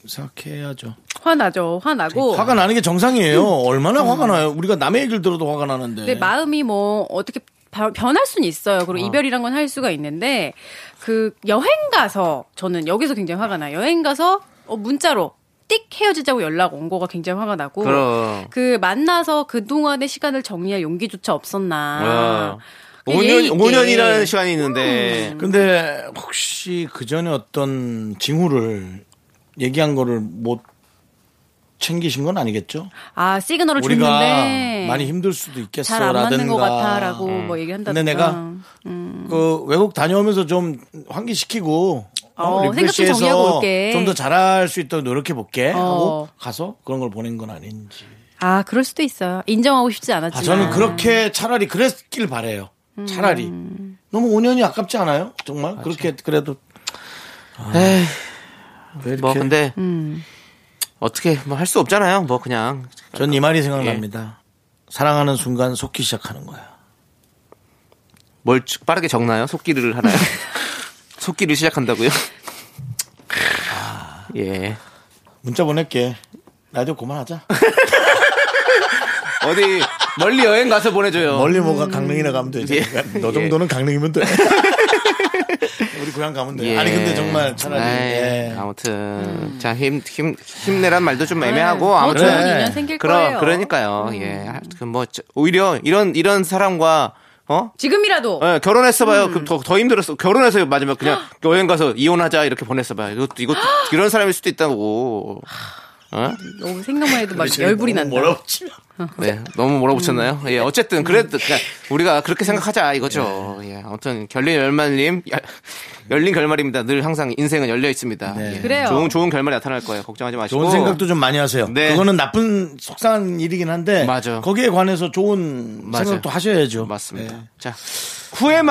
Speaker 1: 생각해야죠.
Speaker 6: 화나죠. 화나고.
Speaker 1: 화가 나는 게 정상이에요. 얼마나 화가 나요. 우리가 남의 얘기를 들어도 화가 나는데.
Speaker 6: 근데 마음이 뭐 어떻게 바- 변할 수는 있어요. 그리고
Speaker 1: 아.
Speaker 6: 이별이란 건 할 수가 있는데 그 여행 가서 저는 여기서 굉장히 화가 나요. 여행 가서 어, 문자로 띡 헤어지자고 연락 온 거가 굉장히 화가 나고
Speaker 2: 그럼.
Speaker 6: 그 만나서 그동안의 시간을 정리할 용기조차 없었나.
Speaker 1: 아.
Speaker 2: 와.
Speaker 6: 그 예의 음.
Speaker 2: 5년,
Speaker 6: 있게.
Speaker 2: 5년이라는 시간이 있는데.
Speaker 1: 근데 혹시 그 전에 어떤 징후를 얘기한 거를 못 챙기신 건 아니겠죠?
Speaker 6: 아 시그널을
Speaker 1: 우리가
Speaker 6: 줬는데
Speaker 1: 많이 힘들 수도
Speaker 6: 잘 안
Speaker 1: 있겠어라든가. 음.
Speaker 6: 맞는 것 같아라고 뭐 얘기를 한다든가.
Speaker 1: 근데 내가 그 외국 다녀오면서 좀 환기시키고
Speaker 6: 어, 생각 좀
Speaker 1: 리프레시해서
Speaker 6: 정리하고 올게.
Speaker 1: 좀더 잘할 수 있도록 노력해 볼게 하고
Speaker 6: 어.
Speaker 1: 가서 그런 걸 보낸 건 아닌지.
Speaker 6: 아 그럴 수도 있어요. 인정하고 싶지 않았지만.
Speaker 1: 아, 저는 그렇게 차라리 그랬길 바래요.
Speaker 2: 음.
Speaker 1: 차라리 너무 5년이 아깝지 않아요? 정말 그렇게 그래도
Speaker 2: 에이,
Speaker 1: 왜 이렇게
Speaker 2: 음. 뭐, 근데. 어떻게, 뭐, 할 수 없잖아요. 뭐, 그냥.
Speaker 1: 전 이 말이 생각납니다.
Speaker 2: 예.
Speaker 1: 사랑하는 순간 속기 시작하는 거야.
Speaker 2: 뭘 쭉 빠르게 적나요? 속기를 하나요? 속기를 시작한다고요? 예.
Speaker 1: 문자 보낼게. 라디오 그만하자.
Speaker 2: 어디, 멀리 여행 가서 보내줘요.
Speaker 1: 멀리 뭐가 강릉이나 가면 되지.
Speaker 2: 어. 예.
Speaker 1: 그러니까 너 정도는 강릉이면 돼. 우리 고향 가면 돼.
Speaker 2: 예. 음.
Speaker 1: 아니 근데 정말 차라리
Speaker 2: 아이,
Speaker 1: 예.
Speaker 2: 아무튼 자 힘 힘 힘내란 말도 좀 애매하고
Speaker 6: 더
Speaker 2: 아무튼
Speaker 6: 좋은 어, 인연 생길
Speaker 2: 그렇죠. 그러-
Speaker 6: 거예요.
Speaker 2: 그러니까요. 예. 그뭐 오히려 이런 이런 사람과 어
Speaker 6: 지금이라도
Speaker 2: 예, 결혼했어봐요.
Speaker 6: 음.
Speaker 2: 그럼 더, 더 힘들었어. 결혼해서 마지막 그냥 여행 가서 이혼하자 이렇게 보냈어봐요. 이것도 이것 이런 사람일 수도 있다고. 어?
Speaker 6: 너무 생각만 해도 막 열불이 난다.
Speaker 1: 뭐라고 치면
Speaker 2: 네, 너무 몰아붙였나요?
Speaker 6: 음.
Speaker 2: 예, 어쨌든 그래도 그냥 우리가 그렇게 생각하자 이거죠.
Speaker 6: 네.
Speaker 2: 예, 아무튼 결린 열말님 야, 열린 결말입니다. 늘 항상 인생은 열려 있습니다. 예,
Speaker 6: 그래요.
Speaker 2: 좋은 좋은 결말이 나타날 거예요. 걱정하지 마시고.
Speaker 1: 네. 좋은 생각도 좀 많이 하세요.
Speaker 2: 네.
Speaker 1: 그거는 나쁜 속상한 일이긴 한데
Speaker 2: 맞아.
Speaker 1: 거기에 관해서 좋은
Speaker 2: 맞아요.
Speaker 1: 생각도 하셔야죠.
Speaker 2: 맞습니다.
Speaker 1: 네.
Speaker 2: 자,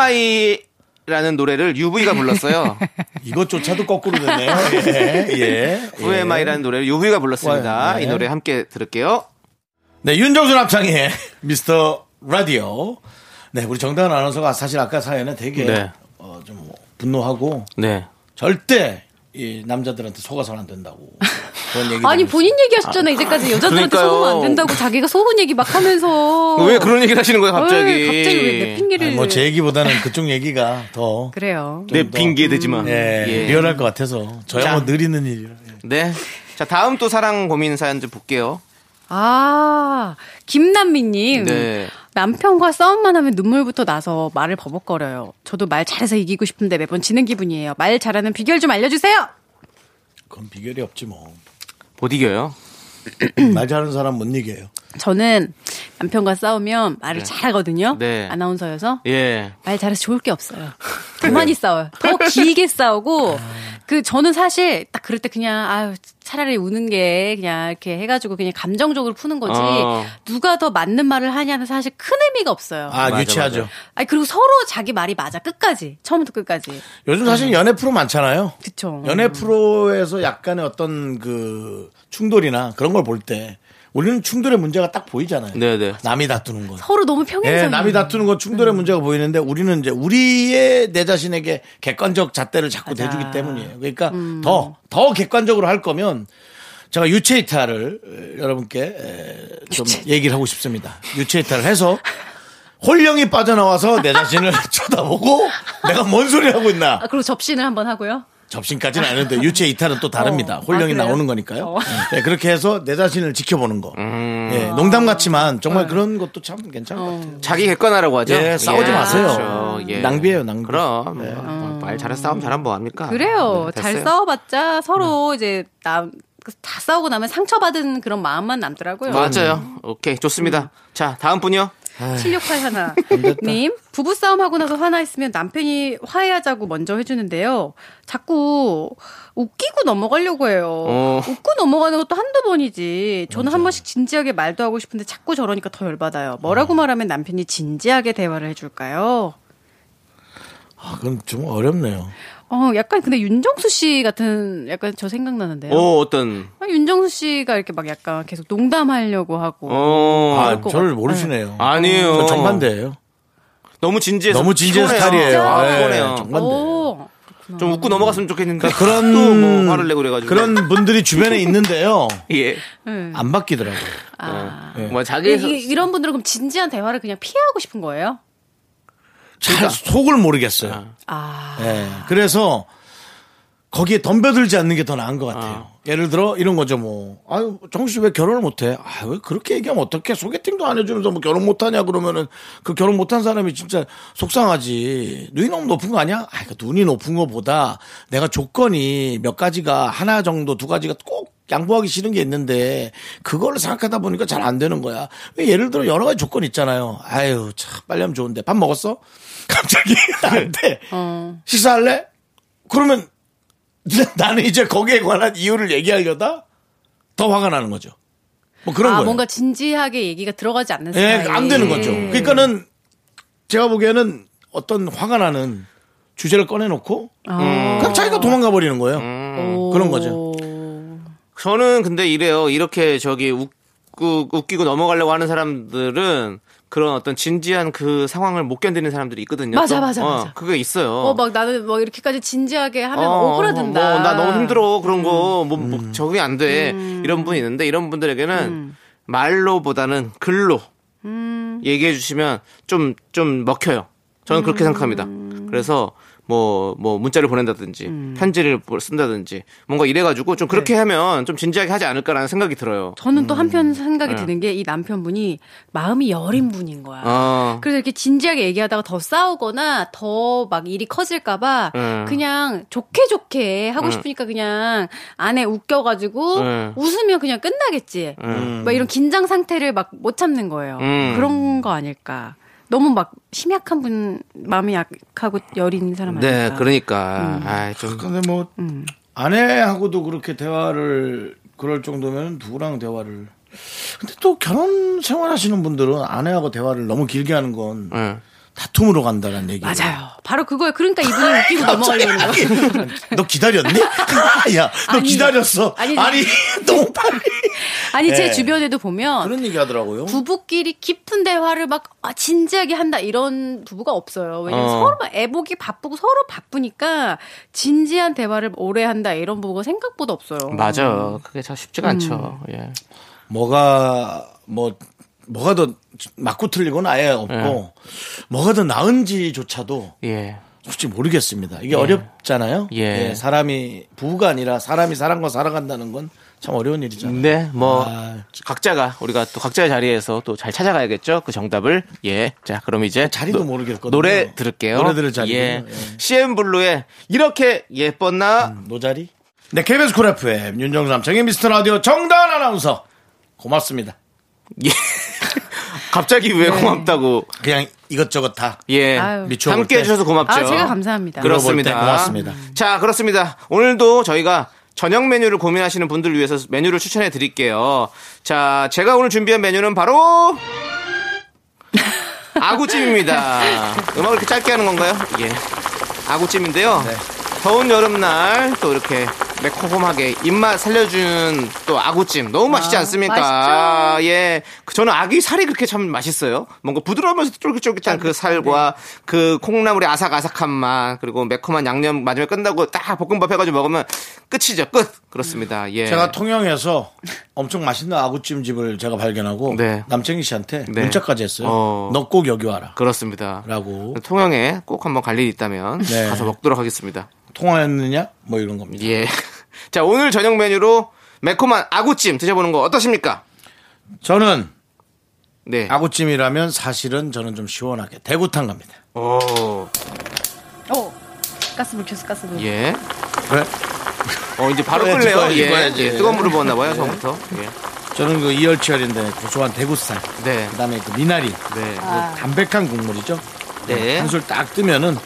Speaker 2: 후에마이라는 노래를 UV가 불렀어요.
Speaker 1: 이것조차도 거꾸로 되네요. 예. 예.
Speaker 2: 후에마이라는 노래를 UV가 불렀습니다.
Speaker 1: 네.
Speaker 2: 이 노래 함께 들을게요.
Speaker 1: 네, 윤정수 남창의 미스터 라디오. 네, 우리 정다은 아나운서가 사실 아까 사연에 되게
Speaker 2: 네.
Speaker 1: 어, 좀 분노하고
Speaker 2: 네.
Speaker 1: 절대 이 남자들한테 속아서는 안 된다고 그런 얘기.
Speaker 6: 아니 본인 얘기하셨잖아요. 이제까지 여자들한테
Speaker 2: 그러니까요.
Speaker 6: 속으면 안 된다고 자기가 속은 얘기 막 하면서
Speaker 2: 왜 그런 얘기를 하시는 거예요, 갑자기?
Speaker 6: 어이, 어. 갑자기 왜 내 핑계를
Speaker 1: 뭐제 얘기보다는 그쪽 얘기가 더
Speaker 6: 그래요.
Speaker 2: 내 네, 핑계 되지 마.
Speaker 1: 예, 리얼할 것 같아서 저야 뭐 느리는 일이라. 예.
Speaker 2: 네. 자, 다음 또 사랑 고민 사연 좀 볼게요.
Speaker 6: 아 김남미님
Speaker 2: 네.
Speaker 6: 남편과 싸움만 하면 눈물부터 나서 말을 버벅거려요. 저도 말 잘해서 이기고 싶은데 매번 지는 기분이에요. 말 잘하는 비결 좀 알려주세요.
Speaker 1: 그건 비결이 없지 뭐. 음,
Speaker 2: 못 이겨요.
Speaker 1: 말 잘하는 사람 못 이겨요.
Speaker 6: 저는 남편과 싸우면 말을 잘하거든요.
Speaker 2: 네.
Speaker 6: 아나운서여서
Speaker 2: 예.
Speaker 6: 말 잘해서 좋을 게 없어요. 더 많이 싸워요. 더 길게 싸우고 그 저는 사실 딱 그럴 때 그냥 아유 차라리 우는 게 그냥 이렇게 해가지고 그냥 감정적으로 푸는 거지
Speaker 2: 어.
Speaker 6: 누가 더 맞는 말을 하냐는 사실 큰 의미가 없어요. 아.
Speaker 1: 아,
Speaker 2: 맞아,
Speaker 1: 유치하죠.
Speaker 2: 맞아.
Speaker 6: 니 그리고 서로 자기 말이 맞아 끝까지 처음부터 끝까지
Speaker 1: 요즘 사실 연애 프로 많잖아요.
Speaker 6: 그쵸.
Speaker 1: 연애 프로에서 약간의 어떤 그 충돌이나 그런 걸 볼 때 우리는 충돌의 문제가 딱 보이잖아요.
Speaker 2: 네네.
Speaker 1: 남이 다투는 건.
Speaker 6: 서로 너무 평행선.
Speaker 1: 예, 남이 다투는 건 충돌의
Speaker 6: 음.
Speaker 1: 문제가 보이는데 우리는 이제 우리의 내 자신에게 객관적 잣대를 자꾸
Speaker 6: 맞아.
Speaker 1: 대주기 때문이에요. 그러니까
Speaker 6: 음.
Speaker 1: 더 더 객관적으로 할 거면 제가 유체 이탈을 여러분께 에, 좀 얘기를 하고 싶습니다. 유체 이탈을 해서 홀령이 빠져나와서 내 자신을 쳐다보고 내가 뭔 소리 하고 있나
Speaker 6: 아, 그리고 접신을 한번 하고요.
Speaker 1: 접신까지는 아닌데 유체 이탈은 또 다릅니다.
Speaker 6: 어,
Speaker 1: 홀령이
Speaker 6: 아, 그래요?
Speaker 1: 나오는 거니까요.
Speaker 6: 어.
Speaker 1: 네, 그렇게 해서 내 자신을 지켜보는 거.
Speaker 2: 음.
Speaker 1: 예, 농담 같지만 정말
Speaker 6: 어.
Speaker 1: 그런 것도 참 괜찮은 것 같아요.
Speaker 2: 자기 객관화라고 하죠.
Speaker 1: 예, 싸우지 마세요.
Speaker 2: 그렇죠. 예.
Speaker 1: 낭비예요, 낭비. 네.
Speaker 2: 그럼 뭐, 뭐말 잘해서 싸움 잘하면 뭐 합니까?
Speaker 6: 음. 그래요.
Speaker 2: 네,
Speaker 6: 잘
Speaker 2: 됐어요.
Speaker 6: 싸워봤자 서로 이제 남 다 싸우고 나면 상처받은 그런 마음만 남더라고요.
Speaker 2: 맞아요. 오케이 좋습니다. 자 다음 분요.
Speaker 6: 768 하나 님 부부 싸움하고 나서 화나있으면 남편이 화해하자고 먼저 해주는데요. 자꾸 웃기고 넘어가려고 해요.
Speaker 2: 어.
Speaker 6: 웃고 넘어가는 것도 한두 번이지. 저는 한 번씩 진지하게 말도 하고 싶은데 자꾸 저러니까 더 열받아요. 뭐라고 말하면 남편이 진지하게 대화를 해줄까요?
Speaker 1: 아, 그건 좀 어렵네요.
Speaker 6: 어 약간 근데 윤정수 씨 같은 약간 저 생각나는데요.
Speaker 2: 오 어떤
Speaker 6: 아, 윤정수 씨가 이렇게 막 약간 계속 농담하려고 하고
Speaker 2: 어
Speaker 1: 아,
Speaker 6: 것
Speaker 1: 저를
Speaker 6: 같-
Speaker 1: 모르시네요.
Speaker 2: 예. 아니에요.
Speaker 1: 저 정반대예요.
Speaker 2: 너무 진지해서
Speaker 1: 너무 진지한
Speaker 2: 피곤해요.
Speaker 1: 스타일이에요.
Speaker 2: 아,
Speaker 1: 예,
Speaker 2: 피곤해요.
Speaker 1: 정반대.
Speaker 6: 오,
Speaker 2: 좀 웃고 넘어갔으면 좋겠는데
Speaker 1: 그러니까 그런
Speaker 2: 또뭐 화를 내고 그래가지고
Speaker 1: 그런 분들이 주변에 있는데요.
Speaker 2: 예.
Speaker 1: 안 바뀌더라고요.
Speaker 6: 아.
Speaker 1: 예.
Speaker 2: 뭐
Speaker 6: 네. 이,
Speaker 2: 자기
Speaker 6: 이, 이런 분들은 그럼 진지한 대화를 그냥 피하고 싶은 거예요?
Speaker 1: 잘 속을 모르겠어요.
Speaker 6: 아.
Speaker 1: 예. 그래서 거기에 덤벼들지 않는 게 더 나은 것 같아요. 예를 들어 이런 거죠 뭐 아유 정씨 왜 결혼을 못해? 아왜 그렇게 얘기하면 어떻게 소개팅도 안 해주면서 뭐 결혼 못하냐 그러면은 그 결혼 못한 사람이 진짜 속상하지 눈이 너무 높은 거 아니야? 아 그러니까 눈이 높은 거보다 내가 조건이 몇 가지가 하나 정도 두 가지가 꼭 양보하기 싫은 게 있는데 그걸 생각하다 보니까 잘 안 되는 거야. 예를 들어 여러 가지 조건 있잖아요. 아유 참 빨리 하면 좋은데 밥 먹었어? 갑자기 안 돼. 식사할래? 그러면 나는 이제 거기에 관한 이유를 얘기하려다 더 화가 나는 거죠. 뭐 그런
Speaker 6: 아,
Speaker 1: 거예요.
Speaker 6: 뭔가 진지하게 얘기가 들어가지 않는 음.
Speaker 1: 예,
Speaker 6: 스타일.
Speaker 1: 안 되는 거죠. 그러니까는 제가 보기에는 어떤 화가 나는 주제를 꺼내놓고
Speaker 6: 아.
Speaker 1: 그냥 자기가 도망가 버리는 거예요. 그런 거죠.
Speaker 2: 저는 근데 이래요. 이렇게 저기 웃고, 웃기고 넘어가려고 하는 사람들은 그런 어떤 진지한 그 상황을 못 견디는 사람들이 있거든요.
Speaker 6: 맞아,
Speaker 2: 또.
Speaker 6: 맞아,
Speaker 2: 어,
Speaker 6: 맞아.
Speaker 2: 그게 있어요.
Speaker 6: 어, 막 나는 막 이렇게까지 진지하게 하면
Speaker 2: 어,
Speaker 6: 오그라든다. 음.
Speaker 2: 뭐, 나 너무 힘들어. 그런 거, 뭐, 뭐, 적응이 안 돼. 이런 분이 있는데, 이런 분들에게는
Speaker 6: 음.
Speaker 2: 말로보다는 글로 얘기해 주시면 좀, 좀 먹혀요. 저는 그렇게
Speaker 6: 음.
Speaker 2: 생각합니다. 그래서, 뭐, 뭐, 문자를 보낸다든지,
Speaker 6: 음.
Speaker 2: 편지를 뭐 쓴다든지, 뭔가 이래가지고 좀
Speaker 6: 네.
Speaker 2: 그렇게 하면 좀 진지하게 하지 않을까라는 생각이 들어요.
Speaker 6: 저는 또
Speaker 1: 음.
Speaker 6: 한편 생각이
Speaker 1: 네.
Speaker 6: 드는 게 이 남편분이 마음이 여린 분인 거야.
Speaker 1: 아.
Speaker 2: 어.
Speaker 6: 그래서 이렇게 진지하게 얘기하다가 더 싸우거나 더 막 일이 커질까봐
Speaker 2: 음.
Speaker 6: 그냥 좋게 좋게 하고 싶으니까 그냥 안에 웃겨가지고
Speaker 2: 음.
Speaker 6: 웃으면 그냥 끝나겠지. 막 이런 긴장 상태를 막 못 참는 거예요.
Speaker 2: 음.
Speaker 6: 그런 거 아닐까. 너무 막 심약한 분, 마음이 약하고 여린 사람 아닐까.
Speaker 2: 네, 그러니까.
Speaker 6: 음.
Speaker 2: 아이, 좀.
Speaker 1: 근데 뭐 아내하고도 그렇게 대화를 그럴 정도면 누구랑 대화를 근데 또 결혼 생활하시는 분들은 아내하고 대화를 너무 길게 하는 건
Speaker 2: 예.
Speaker 1: 다툼으로 간다는 얘기.
Speaker 6: 맞아요. 바로 그거예요. 그러니까 이분이 웃기고 넘어가려는 거예요.
Speaker 1: 너 기다렸니? 아, 야, 너
Speaker 6: 아니,
Speaker 1: 기다렸어. 아니,
Speaker 6: 아니,
Speaker 1: 너무 빨리.
Speaker 6: 아니, 제
Speaker 2: 네.
Speaker 1: 예.
Speaker 6: 주변에도
Speaker 2: 그러니까
Speaker 6: 보면
Speaker 1: 그런 얘기
Speaker 2: 어?
Speaker 1: 하더라고요.
Speaker 6: 부부끼리 깊은 대화를 막 아, 진지하게 한다 이런 부부가 없어요. 왜냐면
Speaker 2: 어.
Speaker 6: 서로 막 애복이 바쁘고 서로 바쁘니까 진지한 대화를 오래 한다 이런 부부가 생각보다 없어요.
Speaker 2: 맞아요. 그게 참
Speaker 6: 음.
Speaker 2: 쉽지가 않죠. 예.
Speaker 1: 뭐가, 뭐, 뭐가 더 맞고 틀리고는 아예 없고, 뭐가 더 나은지조차도
Speaker 2: 예.
Speaker 1: 솔직히 모르겠습니다. 이게 어렵잖아요.
Speaker 2: 예.
Speaker 1: 예, 사람이, 부부가 아니라 사람이 사람과 살아간다는 건 참 어려운 일이잖아요.
Speaker 2: 네, 뭐
Speaker 1: 아.
Speaker 2: 각자가 우리가 또 각자의 자리에서 또 잘 찾아가야겠죠. 그 정답을 예, 자 그럼 이제
Speaker 1: 어, 자리도 모르겠거든요.
Speaker 2: 노래 들을게요.
Speaker 1: 노래 들을 자리도,
Speaker 2: 예,
Speaker 1: 예. 음.
Speaker 2: CM 블루의 이렇게 예뻤나
Speaker 1: 노자리? 네, KBS 쿨 FM, 윤정수 남창의 미스터 라디오 정다은 아나운서. 고맙습니다.
Speaker 2: 예. 갑자기 왜
Speaker 1: 네.
Speaker 2: 고맙다고
Speaker 1: 그냥 이것저것 다.
Speaker 2: 예
Speaker 6: 아유.
Speaker 1: 미쳐볼
Speaker 2: 함께
Speaker 1: 때.
Speaker 2: 해주셔서 고맙죠.
Speaker 6: 아, 제가 감사합니다.
Speaker 2: 그렇습니다.
Speaker 1: 물어볼 때 고맙습니다.
Speaker 2: 자, 그렇습니다. 오늘도 저희가 저녁 메뉴를 고민하시는 분들을 위해서 메뉴를 추천해 드릴게요. 자, 제가 오늘 준비한 메뉴는 바로 아구찜입니다. 음악을 이렇게 짧게 하는 건가요? 예. 아구찜인데요. 더운 여름날 또 이렇게 매콤하게 입맛 살려주는 또 아구찜 너무 맛있지 않습니까? 예, 그 저는 아기 살이 그렇게 참 맛있어요. 뭔가 부드러우면서
Speaker 1: 아,
Speaker 2: 쫄깃쫄깃한
Speaker 1: 네.
Speaker 2: 그 살과 그 콩나물의 아삭아삭한 맛 그리고 매콤한 양념 마지막에 끝나고 딱 볶음밥 해가지고 먹으면 끝이죠 끝 그렇습니다. 예,
Speaker 1: 제가 통영에서 엄청 맛있는 아구찜 집을 제가 발견하고
Speaker 2: 네.
Speaker 1: 남창희 씨한테
Speaker 2: 네.
Speaker 1: 문자까지 했어요.
Speaker 2: 어.
Speaker 1: 너 꼭 여기 와라.
Speaker 2: 그렇습니다.
Speaker 1: 라고
Speaker 2: 통영에 꼭 한번 갈 일이 있다면
Speaker 1: 네.
Speaker 2: 가서 먹도록 하겠습니다.
Speaker 1: 통화했느냐? 뭐 이런 겁니다.
Speaker 2: 예. 자, 오늘 저녁 메뉴로 매콤한 아구찜 드셔보는 거 어떠십니까?
Speaker 1: 저는
Speaker 2: 네.
Speaker 1: 아구찜이라면 사실은 저는 좀 시원하게 대구탕 갑니다.
Speaker 2: 오.
Speaker 6: 어, 가스불 켰어, 가스불.
Speaker 2: 예.
Speaker 1: 왜?
Speaker 2: 어, 이제 바로
Speaker 1: 그래,
Speaker 2: 끓네요.
Speaker 1: 이거
Speaker 2: 예.
Speaker 1: 해야지.
Speaker 2: 예. 뜨거운 물을 부었나봐요, 처음부터. 예.
Speaker 1: 저는 그 이열치열인데 고소한 대구살,
Speaker 2: 네.
Speaker 1: 그다음에 그 미나리,
Speaker 2: 네.
Speaker 1: 그 담백한 국물이죠.
Speaker 2: 네.
Speaker 1: 한술 딱 뜨면은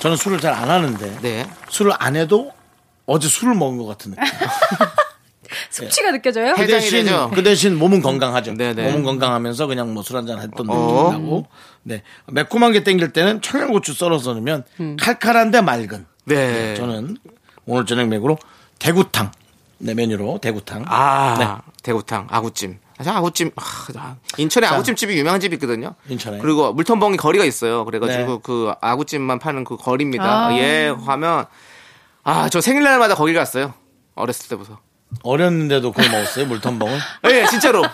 Speaker 1: 저는 술을 잘 안 하는데
Speaker 2: 네.
Speaker 1: 술을 안 해도 어제 술을 먹은 것 같은 느낌.
Speaker 6: 숙취가 느껴져요?
Speaker 1: 그
Speaker 2: 예. 해장이
Speaker 1: 대신
Speaker 2: 되죠?
Speaker 1: 그 대신 몸은 건강하죠.
Speaker 2: 네네.
Speaker 1: 몸은 건강하면서 그냥 뭐 술 한잔 했던
Speaker 2: 어.
Speaker 1: 느낌이라고. 네 매콤한 게 땡길 때는 청양고추 썰어서 넣으면 칼칼한데 맑은.
Speaker 2: 음. 네.
Speaker 1: 저는 오늘 저녁 메뉴로 대구탕 네 메뉴로 대구탕.
Speaker 2: 아. 대구탕, 아구찜. 아, 참 아구찜. 아, 나- 인천에 아구찜집이 유명한 집이 있거든요.
Speaker 1: 인천에.
Speaker 2: 그리고 물텀벙이 거리가 있어요. 그래가지고
Speaker 1: 네.
Speaker 2: 그 아구찜만 파는 그 거리입니다. 예. 가면 아, 저 생일날마다 거기 갔어요. 어렸을 때부터.
Speaker 1: 어렸는데도 그걸 먹었어요? 물텀벙을?
Speaker 2: 예, 진짜로.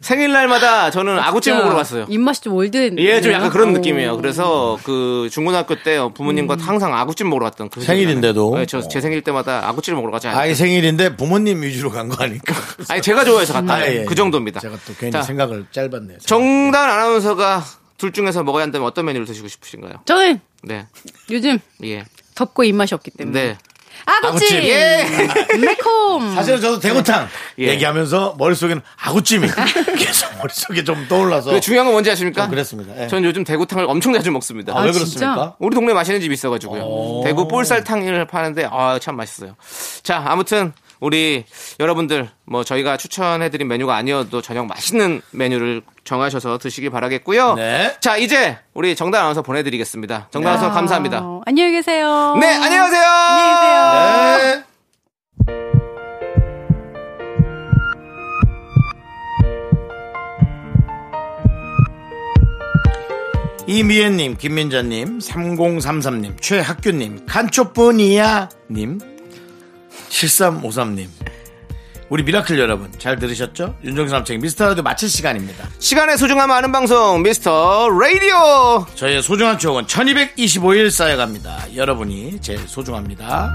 Speaker 2: 생일날마다 저는 아구찜 먹으러 갔어요.
Speaker 6: 입맛이 좀 어. 올드했네요.
Speaker 2: 예, 좀 약간
Speaker 6: 오.
Speaker 2: 그런 느낌이에요. 그래서 그 중고등학교 때 부모님과 항상 아구찜 먹으러 갔던 그
Speaker 1: 생일인데도?
Speaker 2: 예, 저제 생일 때마다 아구찜 먹으러 가지 않아요. 네.
Speaker 1: 아이 생일인데 부모님 위주로 간 거 아닐까?
Speaker 2: 아니 제가 좋아해서 갔다.
Speaker 1: 아, 예, 예.
Speaker 2: 그 정도입니다.
Speaker 1: 제가 또 괜히
Speaker 2: 자,
Speaker 1: 생각을 짧았네요.
Speaker 2: 정단 아나운서가 둘 중에서 먹어야 한다면 어떤 메뉴를 드시고 싶으신가요?
Speaker 6: 저는
Speaker 2: 네.
Speaker 6: 요즘
Speaker 2: 예.
Speaker 6: 덥고 입맛이 없기 때문에.
Speaker 1: 어.
Speaker 2: 네.
Speaker 6: 아구찜!
Speaker 1: 아구찜.
Speaker 6: 매콤!
Speaker 1: 사실은 저도 대구탕
Speaker 2: 예.
Speaker 1: 얘기하면서 머릿속에는 아구찜이 계속 머릿속에 좀 떠올라서
Speaker 2: 근데 중요한 건 뭔지 아십니까?
Speaker 1: 좀 그랬습니다. 예.
Speaker 2: 전 요즘 대구탕을 엄청 자주 먹습니다.
Speaker 1: 아, 왜
Speaker 6: 아, 진짜?
Speaker 1: 그렇습니까?
Speaker 2: 우리 동네 맛있는 집이 있어가지고요. 대구 볼살탕을 파는데 아 참 맛있어요. 자 아무튼 우리 여러분들 뭐 저희가 추천해드린 메뉴가 아니어도 저녁 맛있는 메뉴를 정하셔서 드시길 바라겠고요.
Speaker 1: 네.
Speaker 2: 자 이제 우리 정단 아나운서 보내드리겠습니다. 정단 아나운서 감사합니다.
Speaker 6: 어, 안녕히 계세요.
Speaker 2: 네 안녕하세요.
Speaker 1: 네. 이미애님, 김민자님, 3033님, 최학규님, 칸초뿐이야님, 7353님. 우리 미라클 여러분, 잘 들으셨죠? 윤정수 남창 미스터라도 마칠 시간입니다.
Speaker 2: 시간의 소중함 아는 방송 미스터 라디오.
Speaker 1: 저희의 소중한 추억은 1225일 쌓여갑니다. 여러분이 제일 소중합니다.